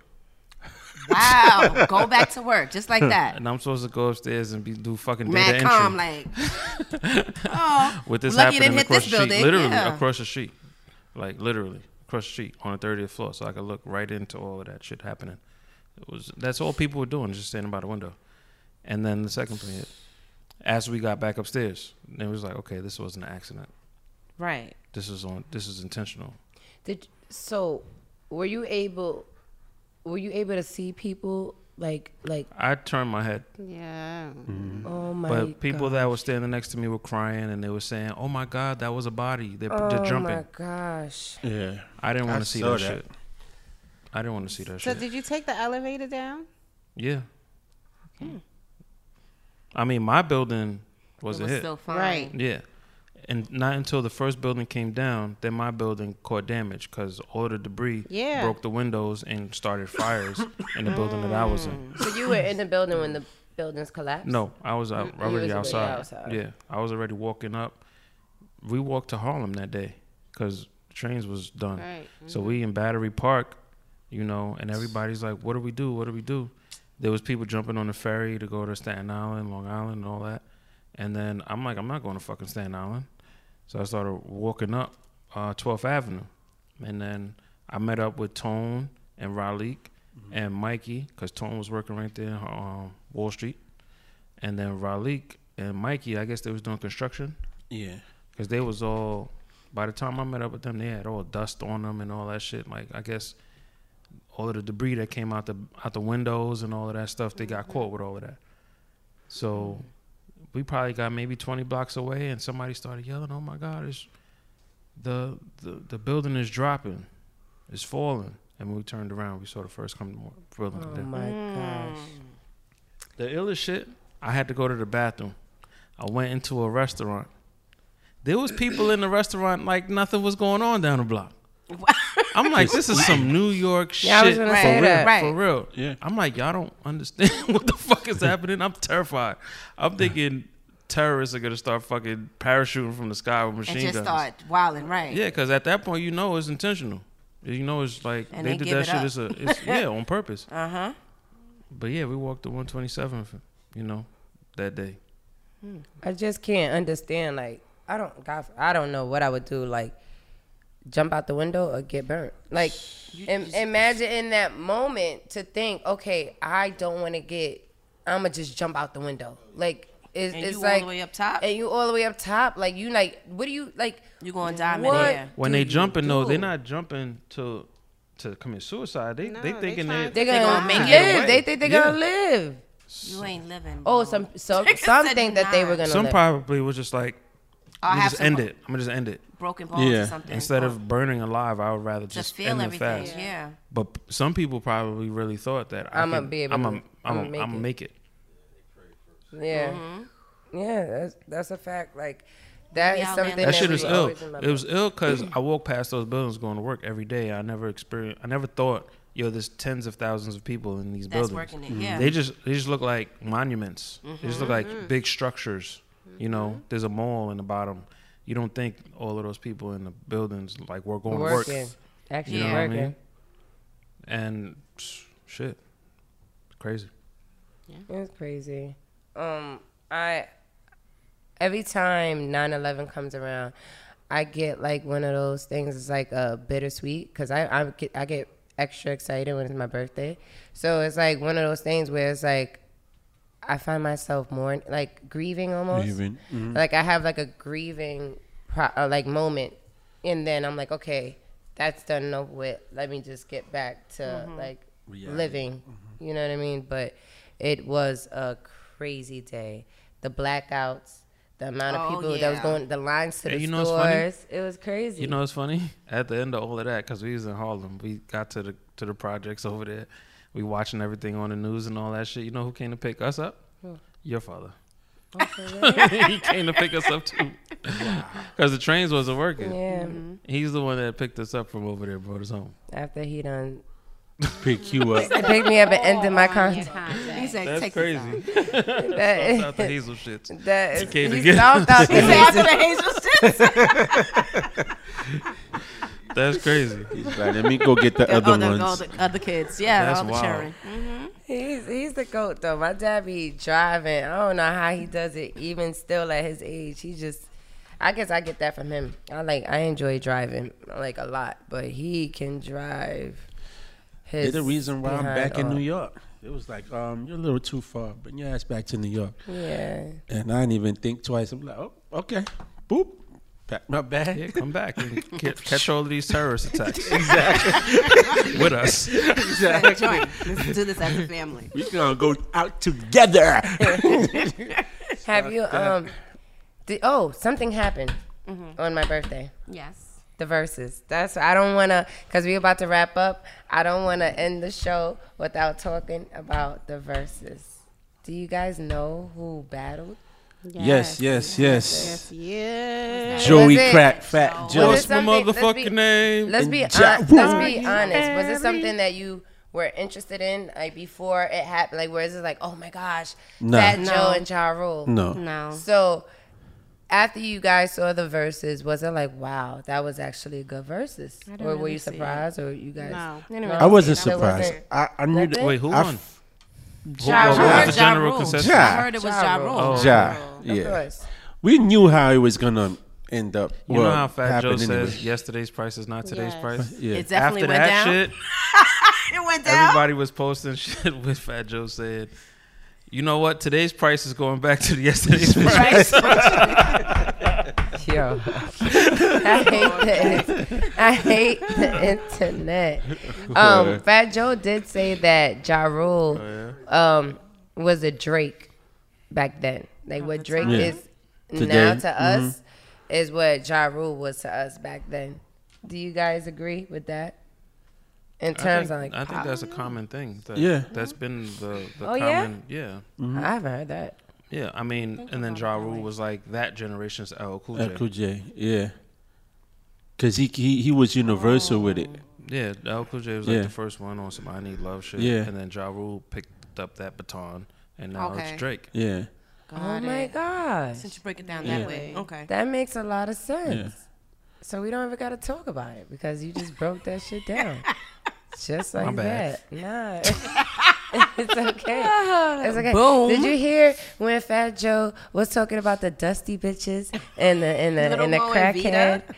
Speaker 2: Wow. Go back to work just like that.
Speaker 6: and I'm supposed to go upstairs and be do fucking data
Speaker 2: Mad
Speaker 6: entry
Speaker 2: calm, like, oh,
Speaker 6: with this
Speaker 2: lucky it didn't
Speaker 6: happening
Speaker 2: hit
Speaker 6: across
Speaker 2: this
Speaker 6: the street,
Speaker 2: building.
Speaker 6: literally
Speaker 2: Yeah.
Speaker 6: across the street, like literally across the street on the thirtieth floor, so I could look right into all of that shit happening. It was that's all people were doing, just standing by the window. And then the second plane hit. As we got back upstairs, and it was like, okay, this wasn't an accident.
Speaker 4: Right.
Speaker 6: This is on. This is intentional.
Speaker 1: Did so? Were you able? Were you able to see people like like?
Speaker 6: I turned my head,
Speaker 4: Yeah.
Speaker 1: Oh my!
Speaker 6: but people
Speaker 1: God.
Speaker 6: that were standing next to me were crying, and they were saying, "Oh my God, that was a body." They're, they're
Speaker 1: Oh
Speaker 6: jumping.
Speaker 1: my gosh!
Speaker 3: Yeah.
Speaker 6: I didn't
Speaker 3: I
Speaker 6: want to see
Speaker 3: saw
Speaker 6: that,
Speaker 3: that.
Speaker 6: shit. I didn't want to see that
Speaker 4: So
Speaker 6: shit.
Speaker 4: did you take the elevator down?
Speaker 6: Yeah.
Speaker 2: Hmm.
Speaker 6: I mean, my building was
Speaker 2: it
Speaker 6: a
Speaker 2: was
Speaker 6: hit.
Speaker 2: still fine.
Speaker 4: Right.
Speaker 6: yeah. And not until the first building came down, then my building caught damage because all the debris
Speaker 4: Yeah.
Speaker 6: broke the windows and started fires in the building that I was
Speaker 2: Mm.
Speaker 6: in.
Speaker 1: So you were in the building when the buildings collapsed?
Speaker 6: No, I was out,
Speaker 1: was
Speaker 6: already
Speaker 1: already
Speaker 6: outside.
Speaker 1: outside.
Speaker 6: Yeah, I was already walking up. We walked to Harlem that day because trains was done.
Speaker 4: Right,
Speaker 6: So we in Battery Park, you know, and everybody's like, "What do we do? What do we do?" There was people jumping on the ferry to go to Staten Island, Long Island, and all that. And then I'm like, "I'm not going to fucking Staten Island," so I started walking up uh, 12th Avenue, and then I met up with Tone and Raleigh and Mikey because Tone was working right there on um, Wall Street, and then Raleigh and Mikey, I guess they was doing construction
Speaker 3: Yeah.
Speaker 6: because they was all by the time I met up with them, they had all dust on them and all that shit. Like I guess all of the debris that came out the out the windows and all of that stuff, they got caught with all of that. So we probably got maybe twenty blocks away, and somebody started yelling, "Oh my God! It's the the the building is dropping, it's falling." And when we turned around, we saw the first come building.
Speaker 1: Oh
Speaker 6: down.
Speaker 1: my gosh!
Speaker 6: The illest shit. I had to go to the bathroom. I went into a restaurant. There was people in the restaurant like nothing was going on down the block. I'm like, this is some New York shit.
Speaker 1: Yeah, I was gonna
Speaker 6: for
Speaker 1: say
Speaker 6: real,
Speaker 1: that.
Speaker 2: Right.
Speaker 6: For real.
Speaker 3: Yeah.
Speaker 6: I'm like, y'all don't understand what the fuck is happening. I'm terrified. I'm thinking terrorists are gonna start fucking parachuting from the sky with machine
Speaker 2: And just
Speaker 6: guns.
Speaker 2: start wilding, right?
Speaker 6: Yeah, because at that point you know it's intentional. You know it's like
Speaker 2: And
Speaker 6: they,
Speaker 2: they
Speaker 6: did
Speaker 2: give
Speaker 6: that
Speaker 2: it up.
Speaker 6: shit. It's a it's, yeah on purpose.
Speaker 2: Uh huh.
Speaker 6: But yeah, we walked the 127th. You know that day.
Speaker 1: I just can't understand. Like I don't, God, I don't know what I would do. Like jump out the window or get burnt. Like im- imagine in that moment to think, okay, I don't want to get. I'm gonna just jump out the window. Like it's,
Speaker 2: And
Speaker 1: it's
Speaker 2: you
Speaker 1: like
Speaker 2: all the way up top.
Speaker 1: and you all the way up top. Like you like what do you like?
Speaker 2: You gonna die in
Speaker 1: What?
Speaker 2: midair.
Speaker 6: when
Speaker 1: do
Speaker 6: they
Speaker 1: you
Speaker 6: jumping though, they're
Speaker 1: do?
Speaker 6: not jumping to to commit suicide. They
Speaker 4: No,
Speaker 6: they
Speaker 4: they
Speaker 6: thinking
Speaker 4: trying
Speaker 6: they
Speaker 4: to-
Speaker 1: They're
Speaker 4: They
Speaker 1: gonna,
Speaker 4: gonna
Speaker 6: it
Speaker 4: make
Speaker 1: live.
Speaker 6: away.
Speaker 1: They think they're
Speaker 6: Yeah.
Speaker 1: gonna live.
Speaker 2: You ain't living.
Speaker 1: Oh,
Speaker 2: bro.
Speaker 1: some so
Speaker 2: Nigga said
Speaker 1: something that they were
Speaker 2: not.
Speaker 1: gonna.
Speaker 6: some
Speaker 1: live.
Speaker 6: probably was just like
Speaker 2: I'll
Speaker 6: I'm gonna
Speaker 2: have
Speaker 6: just
Speaker 2: some
Speaker 6: end it. I'm gonna just end it
Speaker 2: broken bones
Speaker 3: Yeah.
Speaker 2: or something.
Speaker 6: instead
Speaker 2: Oh,
Speaker 6: of burning alive. I would rather
Speaker 2: to
Speaker 6: just
Speaker 2: feel
Speaker 6: end it
Speaker 2: everything.
Speaker 6: fast.
Speaker 2: Yeah.
Speaker 6: But p- some people probably really thought that
Speaker 1: I'ma
Speaker 6: could-
Speaker 1: be able
Speaker 6: I'ma-
Speaker 1: to-
Speaker 6: I'ma-
Speaker 1: I'ma make
Speaker 6: I'ma
Speaker 1: it.
Speaker 6: make it.
Speaker 1: Yeah. Yeah, that's that's a fact. Like that
Speaker 2: We
Speaker 1: is
Speaker 2: Mm-hmm. out
Speaker 1: something
Speaker 2: there
Speaker 1: that,
Speaker 6: that shit
Speaker 1: we
Speaker 6: is ill.
Speaker 1: always remember.
Speaker 6: It was ill because I walked past those buildings going to work every day. I never experienced. I never thought, yo, there's tens of thousands of people in these
Speaker 2: That's
Speaker 6: buildings.
Speaker 2: working it, yeah. Mm-hmm.
Speaker 6: They just they just look like monuments. They just look like big structures. You
Speaker 1: Mm-hmm.
Speaker 6: know, there's a mall in the bottom. You don't think all of those people in the buildings like were going to
Speaker 1: working,
Speaker 6: work.
Speaker 1: actually
Speaker 6: You know
Speaker 1: working.
Speaker 6: what I mean? And psh, shit, crazy.
Speaker 1: It's crazy. Um, I every time 9-11 comes around, I get like one of those things. It's like a bittersweet because I I get, I get extra excited when it's my birthday. So it's like one of those things where it's like I find myself mourning, like grieving almost.
Speaker 3: Grieving,
Speaker 6: Mm-hmm.
Speaker 1: Like I have like a grieving pro- uh, like moment, and then I'm like, okay, that's done and over with. Let me just get back to
Speaker 2: Mm-hmm.
Speaker 1: like
Speaker 3: Reality.
Speaker 1: living.
Speaker 6: Mm-hmm.
Speaker 1: You know what I mean? But it was a crazy day. The blackouts, the amount of
Speaker 2: Oh,
Speaker 1: people that was
Speaker 2: yeah.
Speaker 1: going, the lines to
Speaker 6: And
Speaker 1: the
Speaker 6: you know what's funny?
Speaker 1: stores. It was crazy.
Speaker 6: You know, it's funny. At the end of all of that, because we was in Harlem, we got to the to the projects over there. We watching everything on the news and all that shit. You know who came to pick us up? Your father. Oh, he came to pick us up too, because the trains wasn't working.
Speaker 2: Mm-hmm.
Speaker 1: yeah.
Speaker 6: He's the one that picked us up from over there, brought us home.
Speaker 1: After he done
Speaker 3: pick you up.
Speaker 1: Pick me up and ended
Speaker 2: Oh,
Speaker 1: my contract.
Speaker 2: He said,
Speaker 6: That's
Speaker 2: take This
Speaker 6: crazy.
Speaker 1: That
Speaker 6: Out the
Speaker 1: is,
Speaker 6: Hazel shit.
Speaker 1: that is,
Speaker 6: came
Speaker 1: he
Speaker 6: again.
Speaker 1: stopped out the
Speaker 2: out. He said, after
Speaker 1: hazel.
Speaker 2: the Hazel shit.
Speaker 6: That's crazy.
Speaker 3: He's like, let me go get the other
Speaker 2: all, the, all
Speaker 3: ones.
Speaker 2: the other kids. Yeah,
Speaker 6: That's
Speaker 2: all the
Speaker 6: wild.
Speaker 2: children.
Speaker 1: He's he's the goat though. My dad be driving. I don't know how he does it even still at his age. He just I guess I get that from him. I like I enjoy driving like a lot, but he can drive
Speaker 3: They're
Speaker 1: his
Speaker 3: the reason why I'm
Speaker 1: behind
Speaker 3: back in
Speaker 1: off.
Speaker 3: New York. It was like, um, you're a little too far. Bring your ass back to New York.
Speaker 1: Yeah.
Speaker 3: And I didn't even think twice. I'm like, oh, okay. Boop. Pack my bag.
Speaker 6: Yeah, come back and get, catch all of these terrorist attacks. exactly. With us.
Speaker 2: Said, Join. Let's do this as a family.
Speaker 3: We gonna go out together.
Speaker 1: Have you um did, oh, something happened on my birthday.
Speaker 2: Yes.
Speaker 1: the verses. That's I don't want to because we're about to wrap up. I don't want to end the show without talking about the verses. Do you guys know who battled?
Speaker 3: yes, yes, yes.
Speaker 4: Yes. Yeah.
Speaker 3: Joey
Speaker 1: Was it-
Speaker 3: Crack Fat Joe.
Speaker 1: Was it something- let's be-
Speaker 6: name?
Speaker 1: Let's be
Speaker 3: Ja
Speaker 1: hon- let's be honest. Was it something that you were interested in like before it happened? Like where is it like oh my gosh,
Speaker 3: No.
Speaker 1: Fat
Speaker 2: No.
Speaker 1: Joe and Ja Rule?
Speaker 3: No.
Speaker 2: No.
Speaker 1: So after you guys saw the verses, was it like wow that was actually a good verses, or
Speaker 2: didn't
Speaker 1: were
Speaker 2: really
Speaker 1: you
Speaker 2: see it.
Speaker 1: surprised, or you guys?
Speaker 4: No.
Speaker 2: Anyway.
Speaker 3: I wasn't
Speaker 1: That wasn't-
Speaker 3: surprised. I, I knew
Speaker 1: That's
Speaker 3: that.
Speaker 1: it?
Speaker 6: Wait, who
Speaker 3: I
Speaker 6: won?
Speaker 3: f-
Speaker 6: Who-
Speaker 2: Ja
Speaker 6: what
Speaker 2: Rule.
Speaker 6: was the
Speaker 2: Ja
Speaker 6: general
Speaker 2: Rule.
Speaker 6: consensus?
Speaker 3: Ja.
Speaker 2: I heard it was
Speaker 1: Ja
Speaker 2: Ja
Speaker 1: Rule.
Speaker 2: Rule.
Speaker 6: Oh.
Speaker 3: Ja,
Speaker 1: Of
Speaker 3: yeah.
Speaker 1: course.
Speaker 3: We knew how it was gonna end up.
Speaker 6: You
Speaker 3: well,
Speaker 6: know how Fat Joe
Speaker 3: happen anyway.
Speaker 6: says yesterday's price is not today's
Speaker 4: Yes.
Speaker 6: price?
Speaker 3: Yeah.
Speaker 2: It definitely
Speaker 6: After
Speaker 2: went
Speaker 6: that
Speaker 2: down.
Speaker 6: shit,
Speaker 2: It went down.
Speaker 6: everybody was posting shit with Fat Joe said, you know what? Today's price is going back to the yesterday's price.
Speaker 1: Yo, I hate the in- I hate the internet. Um, Fat Joe did say that Ja Rule
Speaker 6: Oh,
Speaker 1: um, was a Drake back then. Like what Drake
Speaker 3: Yeah.
Speaker 1: is now
Speaker 3: Today.
Speaker 1: to
Speaker 6: Mm-hmm.
Speaker 1: us is what Ja Rule was to us back then. Do you guys agree with that? In
Speaker 6: I
Speaker 1: terms
Speaker 6: think-
Speaker 1: of like,
Speaker 6: I think
Speaker 1: pop?
Speaker 6: that's a common thing. That,
Speaker 3: Yeah.
Speaker 6: That's been the, the
Speaker 1: Oh, yeah?
Speaker 6: common. Yeah? yeah.
Speaker 1: I haven't heard that.
Speaker 6: I mean, and then Ja Rule was like that generation's L. Cool J.
Speaker 3: Uncle J. Yeah. Cause he he, he was universal with it.
Speaker 6: Yeah, L. Cool J was like
Speaker 3: Yeah.
Speaker 6: the first one on some I Need Love shit.
Speaker 3: Yeah.
Speaker 6: And then Ja Rule picked up that baton, and now
Speaker 2: Okay.
Speaker 6: it's Drake.
Speaker 3: Yeah.
Speaker 1: oh my gosh,
Speaker 2: Since you break it down
Speaker 3: Yeah.
Speaker 2: that way. Okay.
Speaker 1: that makes a lot of sense.
Speaker 3: Yeah.
Speaker 1: So we don't ever got to talk about it because you just broke that shit down. just like
Speaker 6: bad.
Speaker 1: that. Nah. it's okay. It's okay. Did you hear when Fat Joe was talking about the dusty bitches and the and the
Speaker 2: Little
Speaker 1: and the
Speaker 2: Mo and Vita?
Speaker 1: crackhead?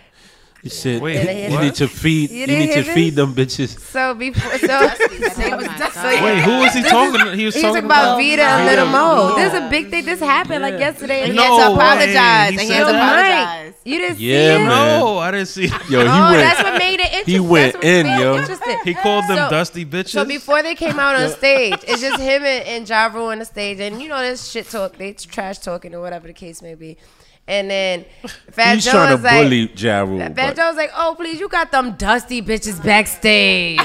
Speaker 3: He said
Speaker 6: Wait,
Speaker 3: you
Speaker 6: what?
Speaker 3: need to feed
Speaker 1: You
Speaker 3: you,
Speaker 1: didn't
Speaker 3: need to
Speaker 1: hear
Speaker 3: feed them bitches.
Speaker 1: So before so
Speaker 2: His name was Dusty. Oh
Speaker 6: Wait, who was he talking? He was
Speaker 1: he's
Speaker 6: talking
Speaker 1: talking
Speaker 6: about.
Speaker 1: about Vita and Little Mo. This is a big thing. This happened like yesterday.
Speaker 2: And
Speaker 1: And
Speaker 2: he
Speaker 6: No
Speaker 2: had to
Speaker 6: way.
Speaker 2: apologize. And
Speaker 6: He
Speaker 2: he
Speaker 6: said
Speaker 2: had to
Speaker 1: Mike,
Speaker 2: apologize.
Speaker 1: you didn't
Speaker 3: Yeah,
Speaker 1: see it?
Speaker 3: man.
Speaker 6: No, Oh, I didn't see.
Speaker 3: Yo, he
Speaker 1: Oh,
Speaker 3: went.
Speaker 1: that's what made it interesting.
Speaker 3: went
Speaker 1: that's what made
Speaker 3: in,
Speaker 1: it
Speaker 3: yo.
Speaker 1: interesting.
Speaker 6: He called them
Speaker 1: So-
Speaker 6: dusty bitches.
Speaker 1: So before they came out on stage, it's just him and, and Ja Rule on the stage, and you know this shit talk, they trash talking or whatever the case may be. And then Fat
Speaker 3: He's
Speaker 1: Joe
Speaker 3: trying
Speaker 1: was
Speaker 3: to
Speaker 1: like,
Speaker 3: bully Ja Rule.
Speaker 1: Fat
Speaker 3: but-
Speaker 1: Joe was like, "Oh please, you got them dusty bitches backstage."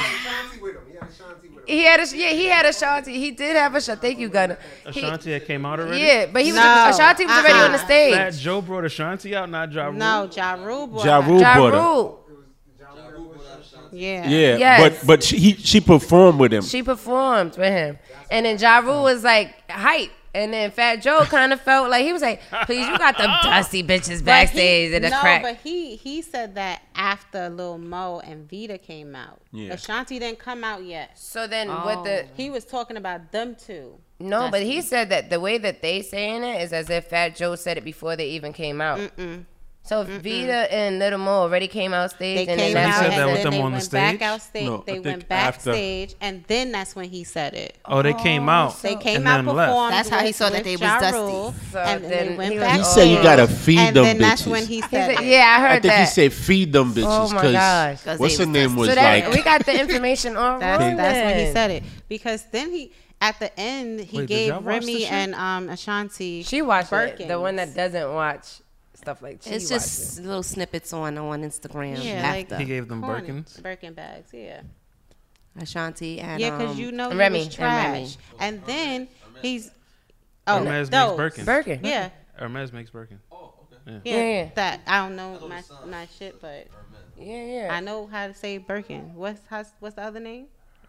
Speaker 1: He had a yeah, he had a Shanti. He did have a Shanti. Thank you, Gunna. He-
Speaker 6: Ashanti had came out already.
Speaker 1: yeah, but he was
Speaker 4: No.
Speaker 1: Ashanti was already
Speaker 4: Uh-uh.
Speaker 1: on the stage.
Speaker 6: Fat Joe brought Ashanti out, not Ja Rule.
Speaker 4: No, Ja Rule. bought
Speaker 3: Ja
Speaker 4: that.
Speaker 3: Rule
Speaker 1: Ja
Speaker 3: bought her.
Speaker 1: Rule,
Speaker 4: Yeah.
Speaker 3: Yeah,
Speaker 1: Yes.
Speaker 3: but but she he, she performed with him.
Speaker 1: she performed with him, and then Ja Rule was like hype. And then Fat Joe kind of felt like he was like, "Please, you got them dusty bitches
Speaker 4: But he-
Speaker 1: backstage in the
Speaker 4: no,
Speaker 1: crack."
Speaker 4: but he he said that after Lil Mo and Vita came out.
Speaker 3: Yeah.
Speaker 4: Ashanti didn't come out yet.
Speaker 1: So then, what the
Speaker 4: Oh. He was talking about them two.
Speaker 1: no? But he said that the way that they saying it is as if Fat Joe said it before they even came out. So if Vita and Little Mo already came out
Speaker 4: They
Speaker 1: stage, and
Speaker 4: came
Speaker 1: then
Speaker 6: He
Speaker 4: out
Speaker 1: that's
Speaker 6: said
Speaker 4: and
Speaker 1: when
Speaker 6: that with
Speaker 4: then
Speaker 6: them
Speaker 4: they
Speaker 6: on the
Speaker 4: went
Speaker 6: stage?
Speaker 4: back outstage.
Speaker 3: No, I
Speaker 4: they
Speaker 3: think
Speaker 4: went
Speaker 3: after.
Speaker 4: backstage, and then that's when he said it.
Speaker 6: Oh, they came out.
Speaker 4: They came
Speaker 6: and
Speaker 4: out
Speaker 6: then left.
Speaker 4: performed.
Speaker 2: That's how he
Speaker 4: with-
Speaker 2: saw that
Speaker 4: with
Speaker 2: they was
Speaker 4: Ja
Speaker 2: dusty.
Speaker 4: Rule,
Speaker 1: So
Speaker 4: and then,
Speaker 1: then
Speaker 4: they went
Speaker 1: he was
Speaker 4: back.
Speaker 1: He said you
Speaker 4: in,
Speaker 3: gotta feed
Speaker 4: and
Speaker 3: them
Speaker 4: then that's
Speaker 3: bitches.
Speaker 4: when he
Speaker 1: he
Speaker 4: said,
Speaker 1: said, "Yeah, I heard
Speaker 3: I think
Speaker 1: that."
Speaker 3: he said feed them bitches.
Speaker 1: Oh my
Speaker 3: 'cause
Speaker 1: gosh.
Speaker 2: 'Cause
Speaker 3: what's
Speaker 2: they
Speaker 3: her
Speaker 2: was
Speaker 3: name
Speaker 2: just-
Speaker 3: was
Speaker 1: so that,
Speaker 3: like
Speaker 1: we got the information on
Speaker 4: That's,
Speaker 1: Roman.
Speaker 4: that's when he said it because then he at the end he
Speaker 6: Wait, did y'all
Speaker 4: gave
Speaker 6: watch the
Speaker 4: Remy
Speaker 6: shit?
Speaker 4: and um Ashanti.
Speaker 1: She watched it. The
Speaker 4: Birkins.
Speaker 1: one that doesn't watch stuff like she
Speaker 2: It's
Speaker 1: watches.
Speaker 2: just little snippets on on Instagram
Speaker 4: Yeah, like-
Speaker 2: after
Speaker 6: He gave them
Speaker 4: corny.
Speaker 6: Birkins.
Speaker 4: Birkin bags, yeah,
Speaker 2: Ashanti and
Speaker 4: yeah, because
Speaker 2: um,
Speaker 4: you know
Speaker 1: Remy.
Speaker 4: Remy, was
Speaker 1: And
Speaker 2: Remy.
Speaker 4: trash, and, then he's oh
Speaker 6: Hermes makes
Speaker 4: those.
Speaker 6: Birkin.
Speaker 1: Birkin.
Speaker 4: Yeah,
Speaker 6: Hermes makes Birkin.
Speaker 4: yeah,
Speaker 1: Yeah, yeah.
Speaker 4: that I don't know my my shit, but
Speaker 1: Yeah, yeah.
Speaker 4: I know how to say Birkin. What's how's, what's the other name?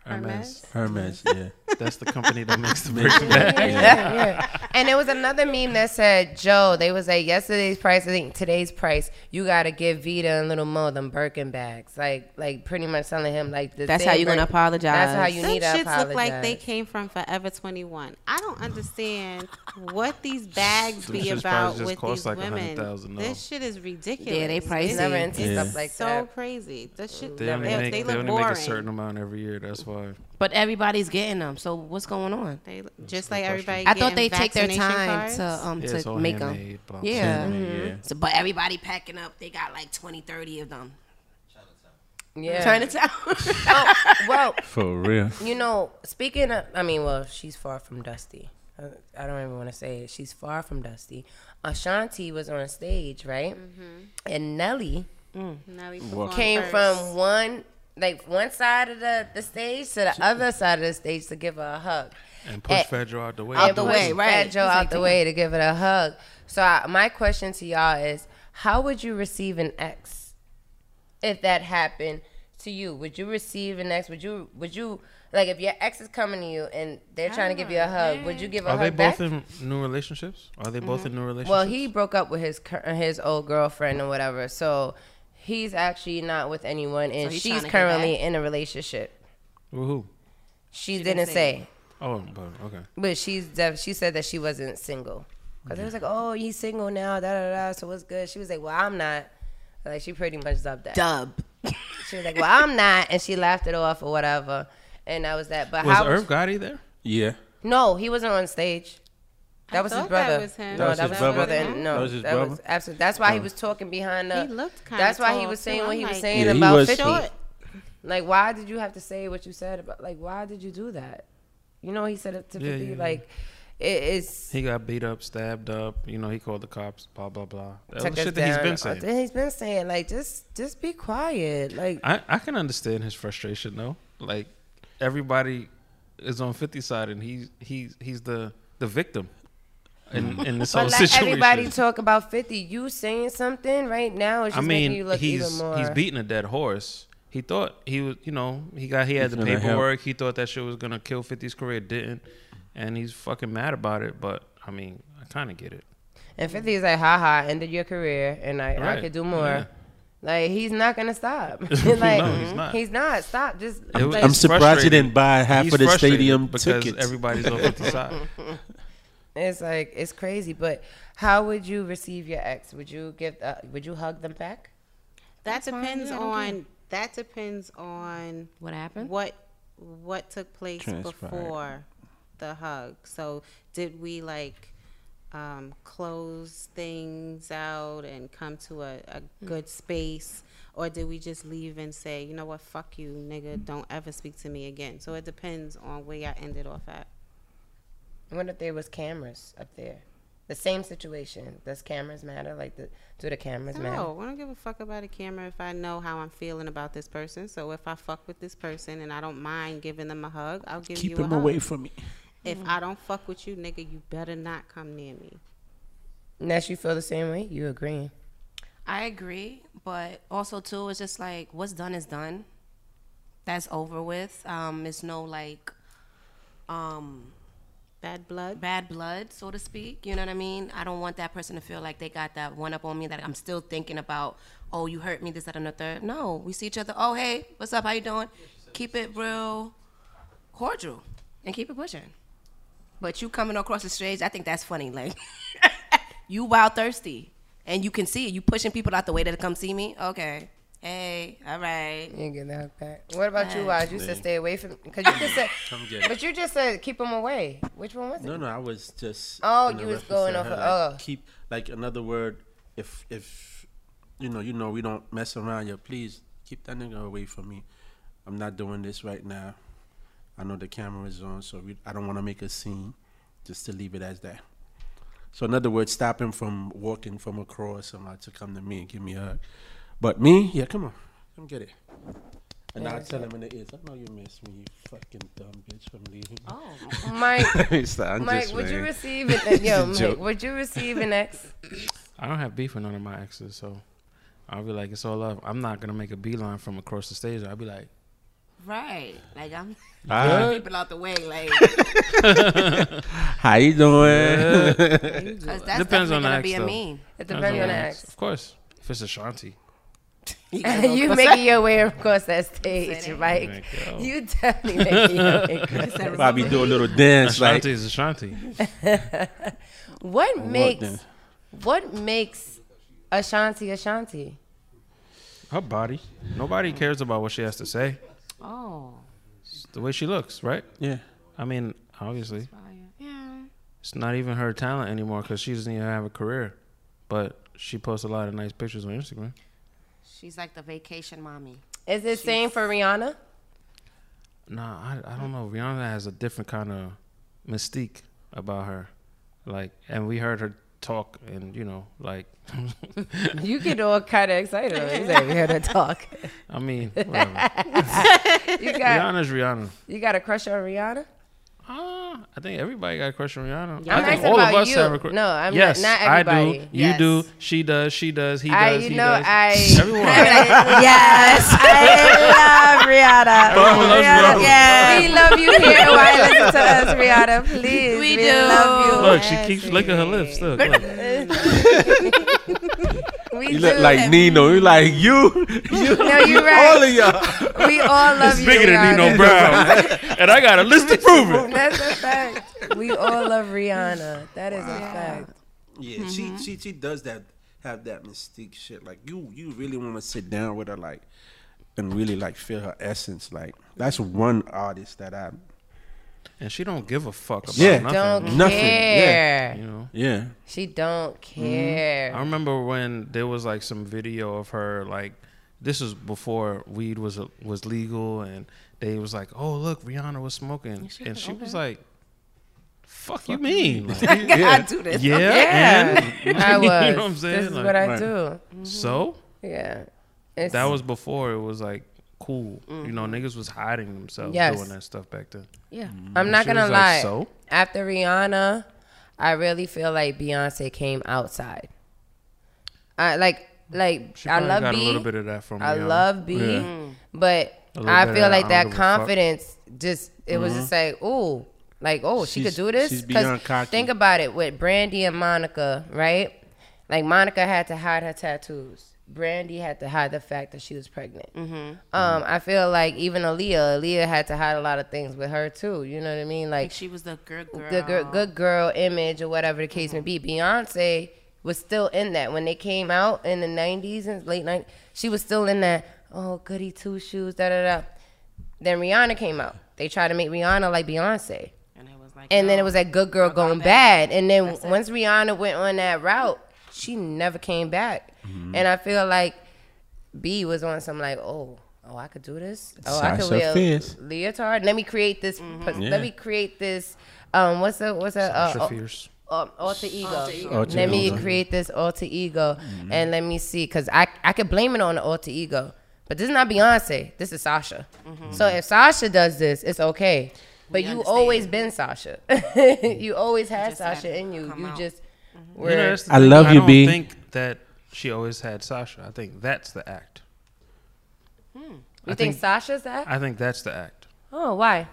Speaker 4: Hermes.
Speaker 3: Hermes, yeah.
Speaker 6: That's the company that makes the
Speaker 3: Makes
Speaker 6: Birkin
Speaker 3: it
Speaker 6: bag.
Speaker 3: yeah.
Speaker 1: And there was another meme that said, Joe, they was like, yesterday's price, I think today's price, you got to give Vita and Little Mo them Birkin bags. Like, like pretty much telling him, like, the
Speaker 2: That's
Speaker 1: same
Speaker 2: how you gonna
Speaker 1: Birkin-
Speaker 2: apologize.
Speaker 1: That's how you
Speaker 4: Them
Speaker 1: need to
Speaker 4: shits
Speaker 1: apologize.
Speaker 4: look like they came from Forever 21. I don't understand what these bags
Speaker 6: Them
Speaker 4: be
Speaker 6: shits
Speaker 4: about
Speaker 6: probably just
Speaker 4: with
Speaker 6: cost
Speaker 4: these
Speaker 6: like
Speaker 4: women.
Speaker 6: $100,000
Speaker 4: This shit is ridiculous.
Speaker 2: Yeah, they
Speaker 4: It's
Speaker 2: pricey.
Speaker 1: Never into
Speaker 3: Yeah.
Speaker 1: stuff like
Speaker 4: so
Speaker 1: that.
Speaker 4: crazy. This shit,
Speaker 6: They only,
Speaker 4: they,
Speaker 6: make, they
Speaker 4: they look
Speaker 6: only
Speaker 4: boring.
Speaker 6: make a certain amount every year. That's why.
Speaker 2: But everybody's getting them. So what's going on?
Speaker 4: They look- just like everybody.
Speaker 2: I thought they
Speaker 4: getting
Speaker 2: take their
Speaker 4: vaccination
Speaker 2: time
Speaker 4: cards.
Speaker 2: to um
Speaker 6: Yeah, it's
Speaker 2: to
Speaker 6: all
Speaker 2: make them.
Speaker 6: handmade, blah, blah,
Speaker 2: Yeah.
Speaker 6: blah.
Speaker 3: yeah.
Speaker 2: So, but everybody packing up. They got like 20, 30 of them.
Speaker 1: Yeah.
Speaker 2: Chinatown.
Speaker 1: oh, well,
Speaker 3: For real.
Speaker 1: you know, speaking of, I mean, well, she's far from Dusty. Uh, I don't even want to say it. She's far from Dusty. Ashanti was on stage, right?
Speaker 2: Mm-hmm.
Speaker 1: And Nelly
Speaker 4: Now we
Speaker 3: Walk-
Speaker 4: perform
Speaker 1: came
Speaker 4: first.
Speaker 1: from one, like one side of the, the stage to the other side of the stage to give her a hug.
Speaker 6: And push
Speaker 1: And-
Speaker 6: Fedro out the way.
Speaker 1: out the
Speaker 6: Dude,
Speaker 1: way,
Speaker 2: right.
Speaker 1: right? Joe
Speaker 2: He's
Speaker 1: out
Speaker 2: like,
Speaker 1: the
Speaker 2: "Damn."
Speaker 1: way to give it a hug. So I, my question to y'all is, how would you receive an ex if that happened to you? Would you receive an ex? Would you would you like if your ex is coming to you and they're trying to give
Speaker 2: Ah,
Speaker 1: you a hug? Would you give a
Speaker 6: Are
Speaker 1: hug
Speaker 6: they
Speaker 1: back?
Speaker 6: both in new relationships? Are they both in new relationships?
Speaker 1: well, he broke up with his cur- his old girlfriend or whatever, so he's actually not with anyone, and
Speaker 2: So he's
Speaker 1: she's
Speaker 2: tryna get
Speaker 1: currently in a relationship.
Speaker 6: With who?
Speaker 1: She, didn't,
Speaker 2: say.
Speaker 1: say.
Speaker 6: Oh, but okay.
Speaker 1: But she's def- she said that she wasn't single. Cause it was like, oh, he's single now, da da da. So what's good? She was like, well, I'm not. Like she pretty much dubbed that.
Speaker 2: Dub.
Speaker 1: She was like, well, I'm not, and she laughed it off or whatever. And that was that. But
Speaker 6: Was
Speaker 1: how?
Speaker 6: Irv Gotti there?
Speaker 3: Yeah.
Speaker 1: no, he wasn't on stage. That was his
Speaker 4: thought that
Speaker 1: brother.
Speaker 4: was him.
Speaker 1: No, that was his brother. and- no,
Speaker 3: That was his
Speaker 1: Was
Speaker 3: brother?
Speaker 1: absolutely. That's
Speaker 6: Oh.
Speaker 1: why he was talking behind the.
Speaker 4: He looked kinda
Speaker 1: That's why he
Speaker 4: tall,
Speaker 1: was
Speaker 4: too.
Speaker 1: saying what
Speaker 4: I'm
Speaker 1: he was
Speaker 4: like-
Speaker 1: saying
Speaker 3: Yeah, he
Speaker 1: about
Speaker 3: was
Speaker 1: fifty.
Speaker 3: short.
Speaker 1: Like, why did you have to say what you said about? Like, why did you do that? You know, he said it to
Speaker 6: Yeah,
Speaker 1: fifty.
Speaker 6: yeah, yeah.
Speaker 1: Like, it, it's.
Speaker 6: He got beat up, stabbed up. You know, he called the cops. Blah blah blah. That
Speaker 1: took
Speaker 6: was
Speaker 1: us
Speaker 6: shit that he's
Speaker 1: down.
Speaker 6: been saying.
Speaker 1: That he's been saying, like, just just be quiet. Like,
Speaker 6: I, I can understand his frustration though. Like everybody is on 50 side and he's he's he's the the victim in, in this
Speaker 1: Mm. but
Speaker 6: whole
Speaker 1: let
Speaker 6: situation.
Speaker 1: everybody talk about fifty. You saying something right now is just
Speaker 6: I
Speaker 1: making you
Speaker 6: mean,
Speaker 1: look even
Speaker 6: he's
Speaker 1: more.
Speaker 6: he's beating a dead horse. He thought he was, you know, he got he had
Speaker 3: It's
Speaker 6: the
Speaker 3: gonna help.
Speaker 6: paperwork. He thought that shit was gonna kill 50's career. It Didn't, and he's fucking mad about it. But I mean, I kind of get it.
Speaker 1: and fifty is like, haha, ended your career, and I I
Speaker 6: Right.
Speaker 1: could do more.
Speaker 6: Yeah.
Speaker 1: Like he's not gonna stop. like
Speaker 6: No, he's not.
Speaker 1: Stop. Just
Speaker 6: It was-
Speaker 1: like,
Speaker 3: I'm surprised he
Speaker 6: frustrating.
Speaker 3: didn't buy half
Speaker 6: He's
Speaker 3: of the
Speaker 6: frustrated
Speaker 3: stadium
Speaker 6: because
Speaker 3: tickets.
Speaker 6: everybody's on 50 side.
Speaker 1: it's like it's crazy. But how would you receive your ex? Would you give? Uh, would you hug them back?
Speaker 4: That depends on. That depends on
Speaker 2: What happened?
Speaker 4: what what took place
Speaker 3: Transpired.
Speaker 4: before the hug. So did we like um, close things out and come to a, a
Speaker 2: Hmm.
Speaker 4: good space, or did we just leave and say, you know what, fuck you, nigga, don't ever speak to me again? So it depends on where y'all ended off at.
Speaker 1: What if there was cameras up there? The same situation. Does cameras matter? Like, the, do the cameras matter?
Speaker 4: No, I don't give a fuck about a camera if I know how I'm feeling about this person. So if I fuck with this person and I don't mind giving them a hug, I'll give
Speaker 3: Keep
Speaker 4: you a
Speaker 3: him
Speaker 4: hug.
Speaker 3: away from me.
Speaker 4: If
Speaker 1: Mm-hmm.
Speaker 4: I don't fuck with you, nigga, you better not come near me.
Speaker 1: Unless you feel the same way, you agreeing.
Speaker 2: I agree, but also too, it's just like what's done is done. That's over with. Um, it's no like, um,
Speaker 4: Bad blood.
Speaker 2: bad blood, so to speak. You know what I mean? I don't want that person to feel like they got that one up on me that I'm still thinking about. Oh, you hurt me. This, that, and the third. No, we see each other. Oh, hey, what's up? How you doing? Keep it real, cordial, and keep it pushing. But you coming across the stage, I think that's funny. Like you wild thirsty, and you can see it. You pushing people out the way to come see me. Okay. Hey, all right.
Speaker 1: You ain't getting that hook back. What about you, Wise? You said
Speaker 3: Yeah.
Speaker 1: stay away from. Cause you just said.
Speaker 3: Come get it.
Speaker 1: But you just said keep them away. Which one was it?
Speaker 3: No, no, I was just.
Speaker 1: Oh,
Speaker 3: in the
Speaker 1: you was
Speaker 3: reference
Speaker 1: going
Speaker 3: to
Speaker 1: off
Speaker 3: her,
Speaker 1: of-
Speaker 3: like,
Speaker 1: oh.
Speaker 3: Keep like another word. If if you know, you know, we don't mess around. here. please keep that nigga away from me. I'm not doing this right now. I know the camera is on, so we, I don't want to make a scene. Just to leave it as that. So in other words, stop him from walking from across somebody to come to me and give me a hug. But me, yeah, come on, come get it. And I'll tell him in the ears, I know you miss me, you fucking dumb bitch from leaving. Oh.
Speaker 1: Mike,
Speaker 3: I'm
Speaker 1: Mike,
Speaker 3: just
Speaker 1: would you
Speaker 3: playing.
Speaker 1: receive it? Yo,
Speaker 3: a
Speaker 1: Mike,
Speaker 3: joke.
Speaker 1: would you receive an ex?
Speaker 6: I don't have beef with none of my exes, so I'll be like, it's all love. I'm not gonna make a beeline from across the stage. I'll be like,
Speaker 2: Right. Like I'm
Speaker 3: Hi.
Speaker 2: people out the way. Like
Speaker 3: How you doing?
Speaker 2: 'cause that's
Speaker 6: Depends
Speaker 2: Depends
Speaker 6: on
Speaker 2: on
Speaker 6: the
Speaker 2: gonna
Speaker 6: ex,
Speaker 2: be a
Speaker 6: though.
Speaker 2: meme.
Speaker 1: It depends on the ex.
Speaker 6: Of course. If it's Ashanti.
Speaker 1: you making your way across that stage, Mike.
Speaker 6: Thank you.
Speaker 1: You definitely making your way across that
Speaker 3: Probably do a little dance like.
Speaker 6: Ashanti is Ashanti.
Speaker 1: What makes
Speaker 3: then.
Speaker 1: what makes Ashanti Ashanti?
Speaker 6: Her body. Nobody cares about what she has to say.
Speaker 2: Oh.
Speaker 6: It's the way she looks, right?
Speaker 3: Yeah.
Speaker 6: I mean, obviously,
Speaker 2: Yeah.
Speaker 6: it's not even her talent anymore because she doesn't even have a career. But she posts a lot of nice pictures on Instagram.
Speaker 2: She's like the vacation mommy.
Speaker 1: Is it same for Rihanna?
Speaker 6: Nah, I, I don't know. Rihanna has a different kind of mystique about her. Like, and we heard her talk, and you know, like,
Speaker 1: You get all kind of excited. when You said we heard her talk.
Speaker 6: I mean, whatever.
Speaker 1: You got
Speaker 6: Rihanna's Rihanna.
Speaker 1: you got a crush on Rihanna?
Speaker 6: Ah, I think everybody got a crush on
Speaker 1: I'm
Speaker 6: Rihanna. I think
Speaker 1: asking about you.
Speaker 6: crush.
Speaker 1: No, I'm
Speaker 6: yes,
Speaker 1: not- not
Speaker 6: I do.
Speaker 1: everybody.
Speaker 6: You
Speaker 2: Yes.
Speaker 6: do. She does. She does. He does.
Speaker 1: I
Speaker 6: he
Speaker 1: you know
Speaker 6: does.
Speaker 1: I
Speaker 6: Everyone.
Speaker 1: yes I love Rihanna.
Speaker 6: Everyone loves
Speaker 1: We love you
Speaker 6: Rihanna.
Speaker 1: here. Why listen to us, Rihanna? Please, we, do. Love
Speaker 6: Look, she keeps licking her lips. Look, look.
Speaker 1: you. We
Speaker 3: You look
Speaker 1: do.
Speaker 3: like Nino. You like you. you
Speaker 1: no, you're
Speaker 3: all
Speaker 1: right.
Speaker 3: of y'all.
Speaker 1: We all love you.
Speaker 6: bigger than
Speaker 1: Rihanna.
Speaker 6: Nino Brown, and I got a list to prove it.
Speaker 1: That's a fact. We all love Rihanna. That is a fact.
Speaker 3: Yeah, she, she she does that have that mystique shit. Like you you really want to sit down with her like and really like feel her essence. Like that's one artist that I
Speaker 6: And she don't give a fuck about
Speaker 3: Yeah.
Speaker 6: nothing. Mm-hmm.
Speaker 1: Don't
Speaker 3: Nothing.
Speaker 1: care.
Speaker 6: you know.
Speaker 3: yeah.
Speaker 1: She don't care.
Speaker 6: I remember when there was like some video of her like this was before weed was uh, was legal and they was like, "Oh, look, Rihanna was smoking." And she was like, "Fuck you mean?" Like, yeah,
Speaker 2: I do this.
Speaker 1: Yeah.
Speaker 6: and
Speaker 1: I was.
Speaker 6: you know what I'm saying?
Speaker 1: This is
Speaker 6: Like,
Speaker 1: what I
Speaker 3: Right.
Speaker 1: do.
Speaker 6: so
Speaker 1: Yeah. It's, Mm-hmm.
Speaker 6: that was before it was like cool. You know, niggas was hiding themselves
Speaker 1: Yes.
Speaker 6: doing that stuff back then.
Speaker 1: yeah. I'm not
Speaker 6: Mm. She
Speaker 1: gonna
Speaker 6: was like,
Speaker 1: lie.
Speaker 6: "So?"
Speaker 1: After Rihanna, I really feel like Beyonce came outside. I like like
Speaker 6: She
Speaker 1: I
Speaker 6: probably
Speaker 1: love
Speaker 6: got
Speaker 1: B.
Speaker 6: a little bit of that from
Speaker 1: I
Speaker 6: Rihanna.
Speaker 1: love B, but
Speaker 6: little
Speaker 1: I
Speaker 6: bit
Speaker 1: feel
Speaker 6: of
Speaker 1: like that
Speaker 6: I don't give a fuck. Mm-hmm.
Speaker 1: confidence just it was just like ooh, like oh she could
Speaker 3: She's-
Speaker 1: do this.
Speaker 3: she's
Speaker 1: 'Cause
Speaker 3: beyond cocky.
Speaker 1: Think about it with Brandy and Monica, right? Like Monica had to hide her tattoos. Brandy had to hide the fact that she was pregnant. Um, I feel like even Aaliyah, Aaliyah had to hide a lot of things with her too. You know what I mean? Like
Speaker 2: Like she was the good girl.
Speaker 1: the gir- good girl image or whatever the case may be. Beyonce was still in that when they came out in the '90s and late '90s. She was still in that. Oh, goody two shoes, da da da. Then Rihanna came out. They tried to make Rihanna like Beyonce,
Speaker 2: And it was like
Speaker 1: and then
Speaker 2: no.
Speaker 1: it was that good girl going bad. And then once Rihanna went on that route, she never came back. And I feel like B was on some like, oh, oh, I could do this. Oh, I could
Speaker 3: Sasha
Speaker 1: wear a
Speaker 3: Fierce.
Speaker 1: leotard. Let me create this. pos-
Speaker 3: Yeah.
Speaker 1: Let me create this. Um, what's a what's a uh,
Speaker 6: Sasha
Speaker 1: al-
Speaker 6: Fierce.
Speaker 1: um, alter ego?
Speaker 3: Alter
Speaker 1: let me
Speaker 3: ego.
Speaker 1: create this alter ego
Speaker 6: Mm-hmm.
Speaker 1: and let me see, cause I I could blame it on the alter ego, but this is not Beyonce. This is Sasha. So if Sasha does this, it's okay. But you
Speaker 2: Mm-hmm. understand.
Speaker 1: always been Sasha. you always had
Speaker 2: just had
Speaker 1: Sasha
Speaker 2: to
Speaker 1: in you.
Speaker 2: come
Speaker 1: You
Speaker 2: out. Mm-hmm.
Speaker 1: just
Speaker 6: You know,
Speaker 1: were
Speaker 6: that's the
Speaker 3: I
Speaker 6: thing.
Speaker 3: love
Speaker 6: I
Speaker 3: you,
Speaker 6: don't
Speaker 3: B.
Speaker 6: think that she always had Sasha. I think that's the act.
Speaker 1: you
Speaker 6: I
Speaker 1: think,
Speaker 6: think-
Speaker 1: Sasha's that?
Speaker 6: I think that's the act.
Speaker 1: oh, why?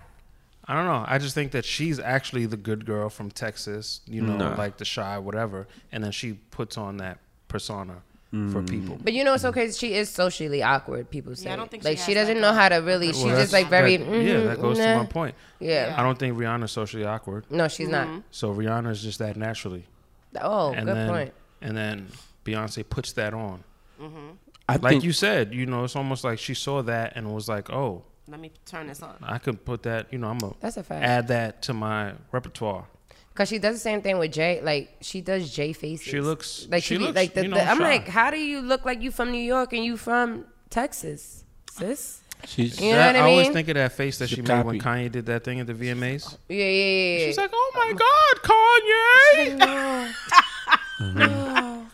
Speaker 6: I don't know. I just think that she's actually the good girl from Texas, you know,
Speaker 3: No.
Speaker 6: like the shy, whatever. And then she puts on that persona for
Speaker 3: Mm.
Speaker 6: people.
Speaker 1: But you know what's so crazy? She is socially awkward. People say
Speaker 2: I don't think she
Speaker 1: like she,
Speaker 2: has,
Speaker 1: doesn't
Speaker 2: like,
Speaker 1: know
Speaker 2: a-
Speaker 1: how to really. She's
Speaker 6: Well,
Speaker 1: just
Speaker 6: that's-
Speaker 1: like very.
Speaker 6: that- yeah, that
Speaker 1: mhm,
Speaker 6: goes
Speaker 1: nah.
Speaker 6: to my point.
Speaker 1: Yeah.
Speaker 6: I don't think Rihanna's socially awkward.
Speaker 1: No, she's
Speaker 2: Mm-hmm.
Speaker 1: not.
Speaker 6: So Rihanna's just that naturally.
Speaker 1: Oh,
Speaker 6: And
Speaker 1: good
Speaker 6: then,
Speaker 1: point.
Speaker 6: And then Beyonce puts that on.
Speaker 3: I
Speaker 6: Like
Speaker 3: think
Speaker 6: you said, you know, it's almost like she saw that and was like, oh,
Speaker 2: Let me turn this on.
Speaker 6: I could put that, you know, I'm going
Speaker 1: That's a
Speaker 6: to
Speaker 1: fact.
Speaker 6: add that to my repertoire.
Speaker 1: Cause she does the same thing with Jay. Like she does Jay faces.
Speaker 6: She looks-
Speaker 1: like
Speaker 6: she
Speaker 1: be-
Speaker 6: looks,
Speaker 1: like the,
Speaker 6: you know,
Speaker 1: the- I'm
Speaker 6: shy.
Speaker 1: like, how do you look like you from New York and you from Texas, sis?
Speaker 3: she's
Speaker 1: You know
Speaker 6: That-
Speaker 1: what I
Speaker 6: always
Speaker 1: mean?
Speaker 6: think of that face that
Speaker 3: She
Speaker 6: she made when Kanye did that thing at the VMAs.
Speaker 1: Yeah, yeah, yeah. yeah.
Speaker 6: She's like, "Oh my God, Kanye!"
Speaker 1: no.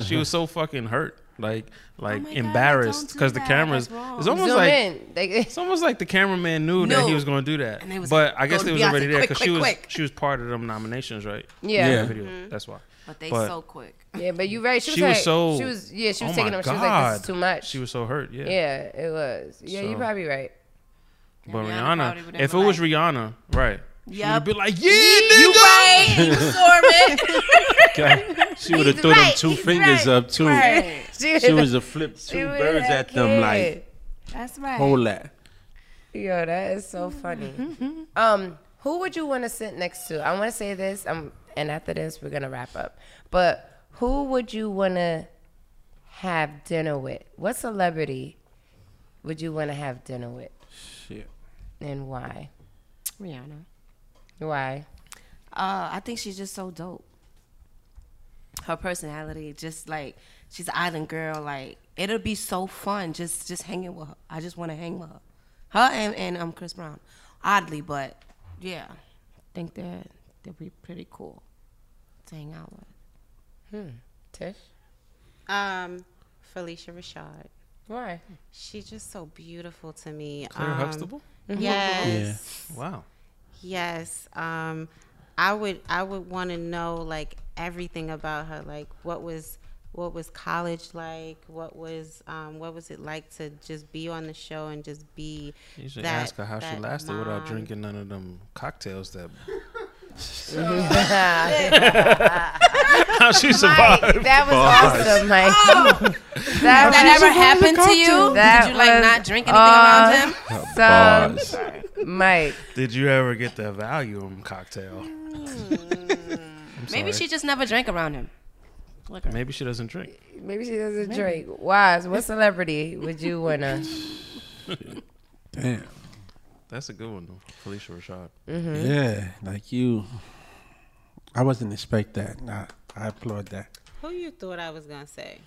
Speaker 6: She was so fucking hurt, like, like
Speaker 2: God,
Speaker 6: embarrassed
Speaker 2: don't do
Speaker 6: because the
Speaker 2: that.
Speaker 6: cameras.
Speaker 2: That's wrong.
Speaker 6: It's almost
Speaker 1: Zoom
Speaker 6: like
Speaker 1: in. Like,
Speaker 6: it's almost like the cameraman knew that he
Speaker 2: No.
Speaker 6: was going to do that,
Speaker 2: they was
Speaker 6: but
Speaker 2: like,
Speaker 6: I guess
Speaker 2: "Go
Speaker 6: they
Speaker 2: to
Speaker 6: was
Speaker 2: Beyonce,
Speaker 6: already there
Speaker 2: quick,
Speaker 6: because
Speaker 2: quick,
Speaker 6: she was
Speaker 2: quick. Mm-hmm.
Speaker 6: she was part of them nominations, right?
Speaker 1: yeah.
Speaker 6: That
Speaker 1: yeah.
Speaker 6: video. That's why.
Speaker 2: But they
Speaker 6: But-
Speaker 2: so quick.
Speaker 1: but you're right. She was,
Speaker 6: She was
Speaker 1: like-
Speaker 6: so.
Speaker 1: She was. Yeah, she
Speaker 6: "Oh
Speaker 1: was
Speaker 6: my
Speaker 1: taking them. She was like, this
Speaker 6: God."
Speaker 1: is too much.
Speaker 6: She was so hurt. Yeah.
Speaker 1: yeah, it was. Yeah,
Speaker 6: So-
Speaker 1: you're probably right.
Speaker 6: But
Speaker 2: Rihanna probably
Speaker 6: Rihanna,
Speaker 2: would've
Speaker 6: if it
Speaker 2: been
Speaker 6: was
Speaker 2: like-
Speaker 6: Rihanna, right? She would
Speaker 2: Yup.
Speaker 6: have been like, yeah, nigga.
Speaker 2: right. You saw
Speaker 3: She would have
Speaker 1: He's
Speaker 3: thrown
Speaker 1: right,
Speaker 3: them two
Speaker 1: he's
Speaker 3: fingers
Speaker 1: right,
Speaker 3: up too.
Speaker 2: it.
Speaker 3: She was a flip two
Speaker 1: was
Speaker 3: birds
Speaker 1: that
Speaker 3: at them like
Speaker 2: That's right.
Speaker 3: hold that.
Speaker 1: Yo, that is so funny. Um, who would you want to sit next to? I want to say this, um, and after this, we're gonna wrap up. But who would you want to have dinner with? What celebrity would you want to have dinner with,
Speaker 3: Shit.
Speaker 1: and why?
Speaker 2: Rihanna.
Speaker 1: Why?
Speaker 2: Uh, I think she's just so dope. Her personality, just like she's an island girl. Like it'll be so fun just just hanging with her. I just want to hang with her, her and and um Chris Brown. Oddly, but yeah, I think that they'll be pretty cool to hang out with.
Speaker 1: Hmm. Tish?
Speaker 4: Um, Felicia Rashad.
Speaker 1: Why?
Speaker 4: She's just so beautiful to me.
Speaker 6: Claire
Speaker 4: um,
Speaker 6: Huxtable?
Speaker 1: Mm-hmm.
Speaker 4: Yes.
Speaker 6: Wow.
Speaker 4: Yes. Um, I would I would want to know like everything about her. Like what was what was college like? What was um, what was it like to just be on the show and just be?
Speaker 6: You should
Speaker 4: that-
Speaker 6: ask her how she
Speaker 4: that
Speaker 6: lasted without
Speaker 4: mom.
Speaker 6: drinking none of them cocktails that. how she survived.
Speaker 1: That was awesome, Mike.
Speaker 2: Has that ever happened to you?
Speaker 1: That
Speaker 2: Did you like
Speaker 1: was
Speaker 2: not drink anything
Speaker 1: aw-
Speaker 2: around him?
Speaker 1: So,
Speaker 3: Bars.
Speaker 1: Mike,
Speaker 6: Did you ever get the Valium cocktail?
Speaker 2: Maybe
Speaker 6: sorry.
Speaker 2: she just never drank around him. Look her.
Speaker 6: Maybe she doesn't drink.
Speaker 1: maybe she doesn't drink. Wise, what celebrity would you want to?
Speaker 3: Damn.
Speaker 6: That's a good one, though. Felicia Rashad.
Speaker 3: Yeah, like you. I wasn't expect that. Nah, I applaud that.
Speaker 4: Who you thought I was gonna say?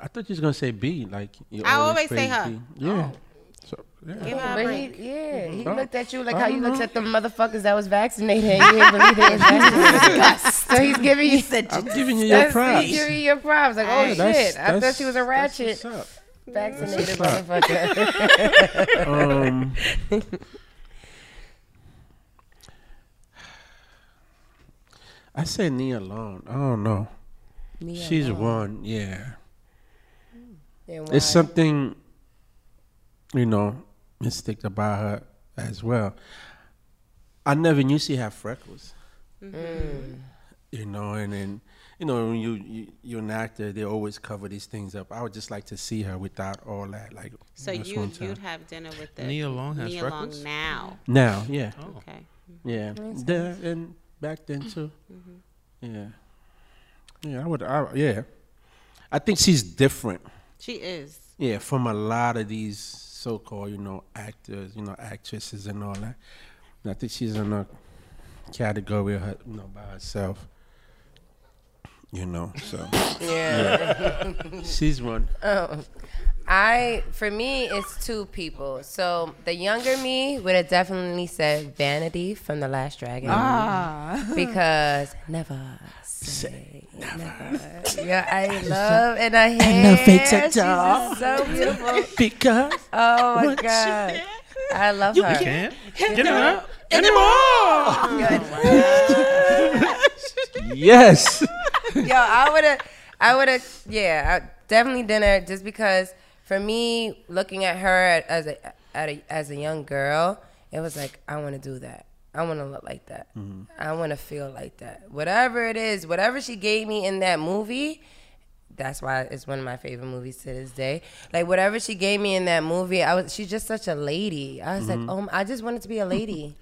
Speaker 3: I thought you was gonna say B. Like you
Speaker 4: I always say
Speaker 3: praise
Speaker 4: her.
Speaker 3: B. Yeah. So, yeah.
Speaker 4: Give her a
Speaker 1: But
Speaker 4: break.
Speaker 1: he, yeah, he
Speaker 3: Oh.
Speaker 1: looked at you like
Speaker 3: I
Speaker 1: how you
Speaker 3: don't
Speaker 1: looked
Speaker 3: know.
Speaker 1: at the motherfuckers that was vaccinated. And you didn't believe they was vaccinated. so he's giving you.
Speaker 3: I'm giving you your
Speaker 1: That's,
Speaker 3: props.
Speaker 1: he's giving you your props. Like, oh
Speaker 3: Yeah, that's-
Speaker 1: shit! I thought
Speaker 3: that's-
Speaker 1: she was a
Speaker 3: that's
Speaker 1: ratchet,
Speaker 3: what's up.
Speaker 1: vaccinated
Speaker 3: what's
Speaker 1: motherfucker.
Speaker 3: Um, I said Nia Long. I don't know. She's one. Yeah.
Speaker 1: And why?
Speaker 3: It's something, you know, mystic about her as well. I never knew she had freckles.
Speaker 4: Mm-hmm.
Speaker 3: You know, and then you know when you, you you're an actor, they always cover these things up. I would just like to see her without all that. Like
Speaker 4: So
Speaker 3: just
Speaker 4: you
Speaker 3: one time.
Speaker 4: you'd have dinner with the
Speaker 6: Nia Long has Oh.
Speaker 4: Nia Long
Speaker 6: freckles?
Speaker 4: now.
Speaker 3: now, yeah,
Speaker 4: Okay.
Speaker 3: yeah, there and back then too.
Speaker 4: Mm-hmm.
Speaker 3: Yeah, yeah, I would. I, yeah, I think she's different.
Speaker 4: She is.
Speaker 3: Yeah, from a lot of these so-called, you know, actors, you know, actresses and all that. And I think she's in a category, of her, you know, by herself. You know, so
Speaker 1: yeah.
Speaker 3: she's one.
Speaker 1: Oh. I for me it's two people. So the younger me would have definitely said Vanity from The Last Dragon. Because never say never. Yeah, I love and I hate
Speaker 3: Elevator
Speaker 1: She's
Speaker 3: doll.
Speaker 1: just so beautiful.
Speaker 3: Because
Speaker 1: Oh my
Speaker 3: What you
Speaker 1: god. I love her.
Speaker 6: Can? Get it up.
Speaker 3: yes,
Speaker 1: Yo, I would have, I would have, yeah, I, definitely dinner. Just because for me, looking at her as a, at a as a young girl, it was like I want to do that. I want to look like that. I want to feel like that. Whatever it is, whatever she gave me in that movie, that's why it's one of my favorite movies to this day. Like whatever she gave me in that movie, I was she's just such a lady. I was like, oh, my- I just wanted to be a lady.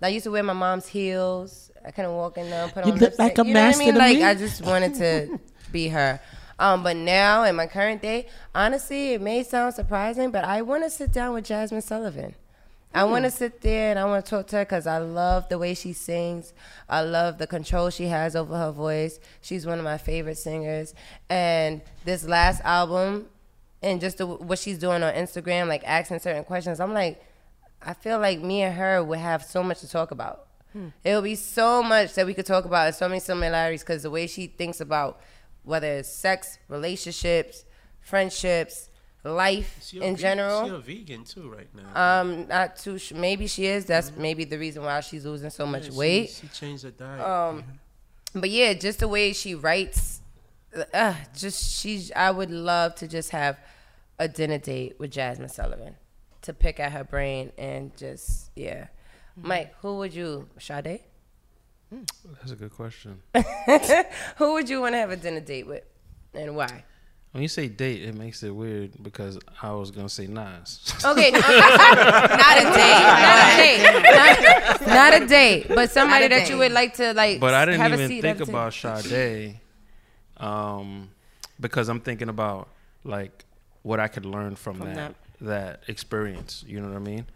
Speaker 1: I used to wear my mom's heels. I couldn't walk in them. Put
Speaker 3: You
Speaker 1: on
Speaker 3: look like
Speaker 1: lipstick.
Speaker 3: a
Speaker 1: you know what I
Speaker 3: master
Speaker 1: mean?
Speaker 3: to
Speaker 1: like
Speaker 3: me.
Speaker 1: I just wanted to be her. Um, but now in my current day, honestly, it may sound surprising, but I want to sit down with Jasmine Sullivan. I
Speaker 3: Mm.
Speaker 1: want to sit there and I want to talk to her because I love the way she sings. I love the control she has over her voice. She's one of my favorite singers. And this last album and just the, what she's doing on Instagram, like asking certain questions, I'm like, I feel like me and her would have so much to talk about. It would be so much that we could talk about and so many similarities because the way she thinks about whether it's sex, relationships, friendships, life in general.
Speaker 3: a vegan too right now.
Speaker 1: Um, not too. Sh- maybe she is. That's maybe the reason why she's losing so much weight.
Speaker 3: She, changed her diet.
Speaker 1: Oh. Um, But yeah, just the way she writes, uh, just she's. I would love to just have a dinner date with Jasmine Sullivan. to pick at her brain and just yeah. Mike, who would you Sade?
Speaker 6: That's a good question.
Speaker 1: who would you want to have a dinner date with, and why?
Speaker 6: When you say date, it makes it weird because I was gonna say Nas.
Speaker 4: Oh,
Speaker 1: Okay, not a date, not a date, not, a date, but somebody
Speaker 2: Not a
Speaker 1: that you
Speaker 2: date.
Speaker 1: would like to like.
Speaker 6: But I
Speaker 1: have
Speaker 6: didn't
Speaker 1: a
Speaker 6: even
Speaker 1: seat,
Speaker 6: think
Speaker 1: have a seat.
Speaker 6: about Sade, um, because I'm thinking about like what I could learn from, that, that experience. You know what I mean?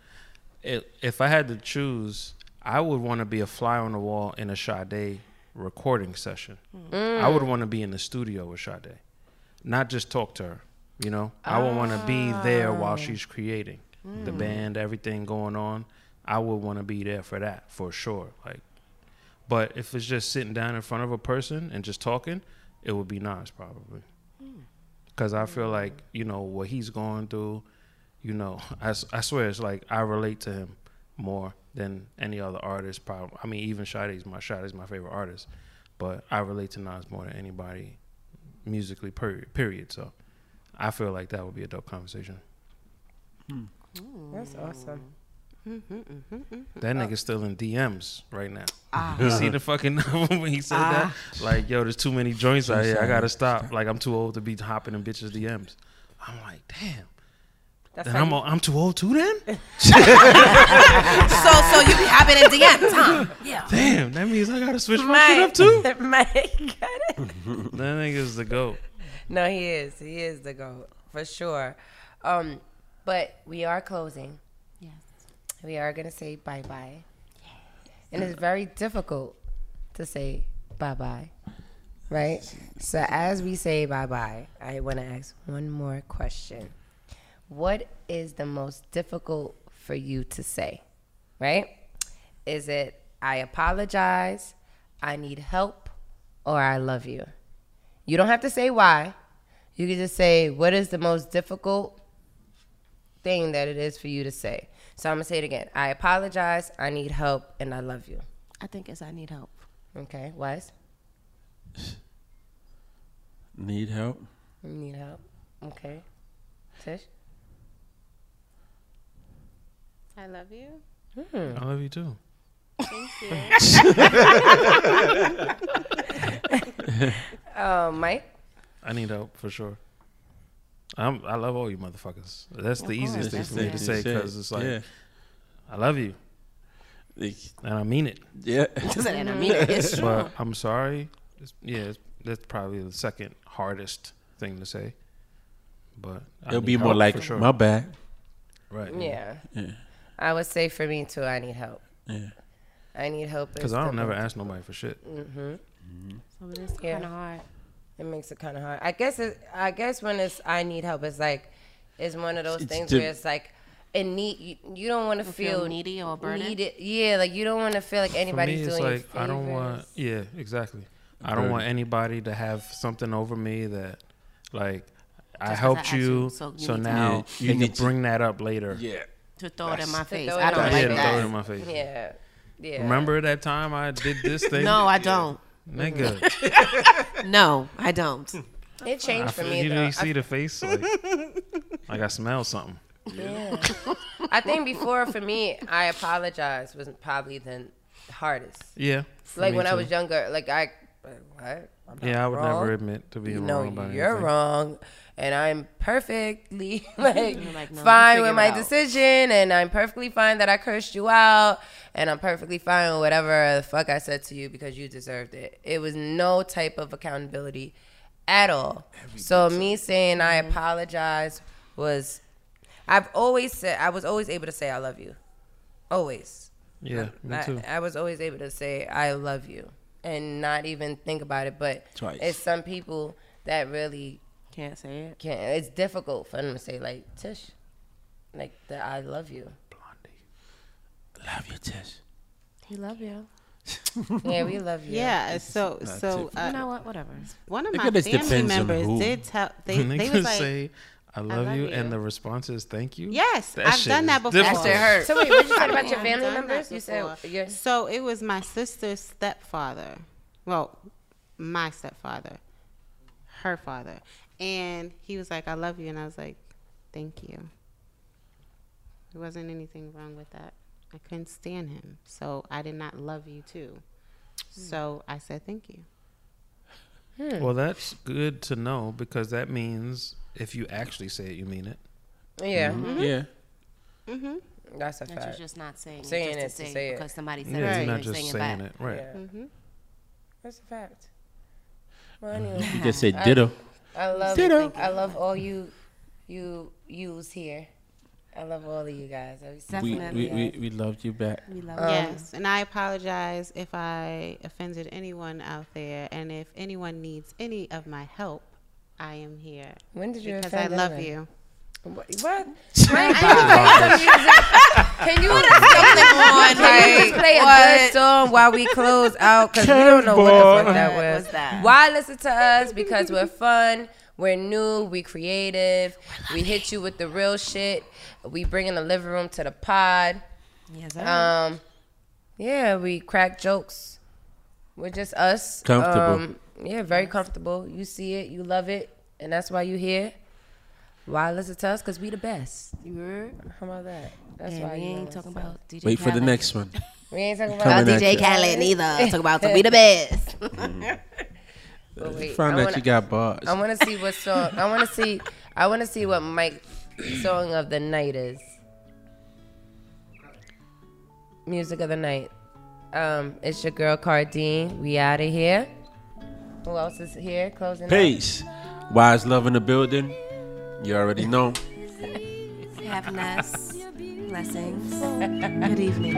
Speaker 6: It, if I had to choose, I would want to be a fly on the wall in a Sade recording session. I would want to be in the studio with Sade, not just talk to her. You know, I would want to be there
Speaker 1: Oh.
Speaker 6: while she's creating
Speaker 1: Mm.
Speaker 6: the band, everything going on. I would want to be there for that for sure. Like. But if it's just sitting down in front of a person and just talking, it would be nice probably. Because I feel like, you know, what he's going through, you know, I, s- I swear it's like I relate to him more than any other artist probably. I mean, even Sade's my Sade's my favorite artist, but I relate to Nas more than anybody musically period, period. So I feel like that would be a dope conversation.
Speaker 1: That's awesome. Uh,
Speaker 6: That nigga's still in DMs right now.
Speaker 1: Ah.
Speaker 6: You see the fucking number when he said that? Like, yo, there's too many joints out here. I gotta stop. Like, I'm too old to be hopping in bitches' DMs. I'm like, damn.
Speaker 1: That's
Speaker 6: Then
Speaker 1: how
Speaker 6: I'm, i I'm too old too then?
Speaker 2: So, so you be hopping in DM, Tom.
Speaker 6: Damn, that means I gotta switch my shit up too.
Speaker 1: Mike got it.
Speaker 6: That nigga's the GOAT.
Speaker 1: No, he is. He is the goat for sure. Um, but we are closing.
Speaker 2: Yes.
Speaker 1: We are gonna say bye bye, and it's very difficult to say bye bye, right? So as we say bye bye, I want to ask one more question. What is the most difficult for you to say, right? Is it I apologize, I need help, or I love you? You don't have to say why. You can just say, what is the most difficult thing that it is for you to say? So I'm going to say it again. I apologize. I need help and I love you.
Speaker 2: I think it's I need help.
Speaker 1: Okay. Wes,
Speaker 3: Need help?
Speaker 1: you need help. Okay. Tish?
Speaker 4: I love you.
Speaker 6: I love you too.
Speaker 4: Thank you.
Speaker 1: Uh, Mike?
Speaker 6: I need help for sure. I'm, I love all you motherfuckers. That's the easiest thing
Speaker 3: That's
Speaker 6: for me to
Speaker 3: it.
Speaker 6: say
Speaker 3: That's it.
Speaker 6: because it's like,
Speaker 3: yeah.
Speaker 6: I love you
Speaker 3: Like,
Speaker 6: and I mean it.
Speaker 3: yeah.
Speaker 2: And I mean, it. it's true.
Speaker 6: But I'm sorry. It's, yeah, it's, that's probably the second hardest thing to say. But I
Speaker 3: It'll
Speaker 6: need
Speaker 3: be more
Speaker 6: help
Speaker 3: like
Speaker 6: for sure.
Speaker 3: my bad.
Speaker 6: right.
Speaker 1: Yeah.
Speaker 3: Yeah.
Speaker 1: I would say for me too, I need help.
Speaker 3: Yeah.
Speaker 1: I need help.
Speaker 6: Because
Speaker 1: is
Speaker 6: I
Speaker 1: the
Speaker 6: don't never
Speaker 1: most-
Speaker 6: ask nobody for shit.
Speaker 2: So it is
Speaker 1: Yeah.
Speaker 2: kind of hard.
Speaker 1: It makes it kind of hard. I guess it, I guess when it's I need help, it's like it's one of those
Speaker 3: It's
Speaker 1: things
Speaker 3: di-
Speaker 1: where it's like it need you, you don't want to
Speaker 2: feel
Speaker 1: feel,
Speaker 2: needy or burdened?
Speaker 1: needed. Yeah, like you don't want to feel like anybody's
Speaker 6: for me,
Speaker 1: doing
Speaker 6: it's
Speaker 1: you
Speaker 6: like I don't want.
Speaker 1: favors.
Speaker 6: Yeah, exactly. I don't want anybody to have something over me that, like, I
Speaker 2: 'cause I
Speaker 6: helped
Speaker 2: asked
Speaker 6: you,
Speaker 2: you,
Speaker 6: so,
Speaker 2: so you need to-
Speaker 6: now
Speaker 3: Yeah,
Speaker 6: you
Speaker 3: you
Speaker 6: can
Speaker 3: need to-
Speaker 6: bring that up later. Yeah,
Speaker 2: To throw it in my face.
Speaker 1: throw it
Speaker 2: I
Speaker 1: in
Speaker 2: don't
Speaker 1: my
Speaker 2: like
Speaker 1: face.
Speaker 6: to throw it in
Speaker 2: that.
Speaker 6: my face.
Speaker 1: Yeah, yeah.
Speaker 6: Remember that time I did this thing?
Speaker 2: No, I don't.
Speaker 6: nigga.
Speaker 2: No, I don't.
Speaker 1: it
Speaker 6: I
Speaker 1: changed for
Speaker 6: feel,
Speaker 1: me
Speaker 6: you
Speaker 1: though.
Speaker 6: didn't see the face. Like, like I smell something.
Speaker 1: Yeah. I think before for me, I apologize was probably the hardest.
Speaker 6: Yeah. for
Speaker 1: Like
Speaker 6: me
Speaker 1: when I
Speaker 6: too.
Speaker 1: was younger, like I, like, what? I'm not
Speaker 6: Yeah, I would
Speaker 1: wrong.
Speaker 6: never admit to being
Speaker 1: you know
Speaker 6: wrong about
Speaker 1: you're
Speaker 6: anything.
Speaker 1: wrong and i'm perfectly like,
Speaker 2: like, no, you
Speaker 1: fine
Speaker 2: figure
Speaker 1: with
Speaker 2: it
Speaker 1: my
Speaker 2: out.
Speaker 1: decision and i'm perfectly fine that i cursed you out and i'm perfectly fine with whatever the fuck i said to you because you deserved it it was no type of accountability at all so me saying i
Speaker 2: Mm-hmm.
Speaker 1: apologize was i've always said i was always able to say i love you always
Speaker 6: Yeah, me
Speaker 1: I,
Speaker 6: too.
Speaker 1: I was always able to say I love you and not even think about it. But
Speaker 3: Twice.
Speaker 1: it's some people that really
Speaker 2: Can't say it.
Speaker 1: can't. It's difficult for them to say like Tish, like the I love you.
Speaker 3: Love you, Tish.
Speaker 2: He love you.
Speaker 1: Yeah, we love you.
Speaker 4: Yeah. So so
Speaker 3: it.
Speaker 4: uh,
Speaker 2: You know what? Whatever.
Speaker 4: one of
Speaker 3: Nigga,
Speaker 4: my
Speaker 3: this
Speaker 4: family
Speaker 3: depends on
Speaker 4: members
Speaker 3: who.
Speaker 4: did tell they
Speaker 6: Niggas
Speaker 4: they was like
Speaker 6: say, I love,
Speaker 4: love
Speaker 6: you,
Speaker 4: you.
Speaker 6: and the response is thank you.
Speaker 4: yes
Speaker 6: That
Speaker 4: I've
Speaker 6: shit
Speaker 4: done
Speaker 6: is
Speaker 4: that before.
Speaker 6: difficult. That shit hurt.
Speaker 1: So wait, what you said about your
Speaker 4: I've
Speaker 1: family
Speaker 4: done that
Speaker 1: members? You said
Speaker 4: before.
Speaker 1: your
Speaker 4: So it was my sister's stepfather. Well, my stepfather, her father, and he was like, "I love you," and I was like, "Thank you." There wasn't anything wrong with that. I couldn't stand him. So I did not love you too.
Speaker 1: Hmm.
Speaker 4: So I said thank you.
Speaker 6: Well, that's good to know because that means if you actually say it, you mean it.
Speaker 1: Yeah,
Speaker 3: Yeah. Mm-hmm.
Speaker 1: that's a
Speaker 2: That you're
Speaker 1: fact.
Speaker 2: just not saying,
Speaker 1: Saying
Speaker 2: just to
Speaker 1: it to
Speaker 2: say,
Speaker 1: say it.
Speaker 2: because somebody said
Speaker 6: Yeah,
Speaker 2: it.
Speaker 6: you're
Speaker 2: so
Speaker 6: not
Speaker 2: you're
Speaker 6: just
Speaker 2: it
Speaker 6: saying
Speaker 2: back.
Speaker 6: it, right?
Speaker 1: Yeah. That's a fact. Well, anyway,
Speaker 3: You just said ditto.
Speaker 1: I love
Speaker 3: Ditto.
Speaker 1: I love all you you yous here. I love all of you guys. I was-
Speaker 3: We, we,
Speaker 2: Definitely.
Speaker 3: we, we loved you back.
Speaker 2: We love
Speaker 4: yes, and I apologize if I offended anyone out there, and if anyone needs any of my help, I am here
Speaker 1: When did you
Speaker 4: because I
Speaker 1: offend
Speaker 4: love
Speaker 1: anyone?
Speaker 4: you.
Speaker 1: What? what?
Speaker 2: Can you put
Speaker 1: Can you just play a good song while we close out? Because we don't know what the fuck that
Speaker 2: What
Speaker 1: was.
Speaker 2: was that?
Speaker 1: Why listen to us? Because we're fun. We're new. We creative. We hit you with the real shit. We bringing the living room to the pod.
Speaker 2: Yes,
Speaker 1: Um, yeah, we crack jokes. We're just us.
Speaker 3: Comfortable.
Speaker 1: Um, yeah, very comfortable. You see it, you love it, and that's why you here. Why listen to us? Cause we the best. How about that? That's
Speaker 2: and
Speaker 1: why
Speaker 2: we
Speaker 1: you
Speaker 2: ain't
Speaker 1: love us.
Speaker 2: talking about DJ
Speaker 3: Wait for the
Speaker 2: Khaled.
Speaker 3: next one.
Speaker 1: We ain't talking
Speaker 3: Coming
Speaker 1: about.
Speaker 3: at
Speaker 2: DJ
Speaker 3: you.
Speaker 2: Khaled neither. Talk about to be the best.
Speaker 1: But wait,
Speaker 3: Found
Speaker 1: I
Speaker 3: out
Speaker 1: wanna-
Speaker 3: you got bars.
Speaker 1: I want to see what song. I want to see. I want to see what Mike's song of the night is. Music of the night. Um, it's your girl Cardine. We out of here. Who else is here? Closing. out?
Speaker 3: Peace. Wise love in the building. You already know.
Speaker 2: Happiness, blessings. Good evening.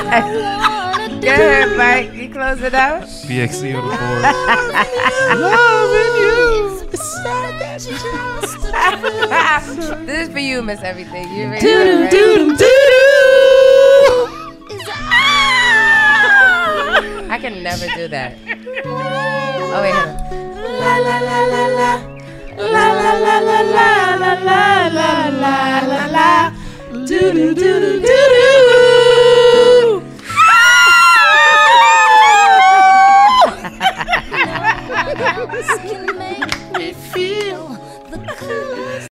Speaker 1: Go ahead, Mike. You close it out.
Speaker 6: BXC on the board.
Speaker 1: this is for you, Miss Everything. You ready? Right? I can never do that. Oh wait. Hold on.
Speaker 7: do do do do do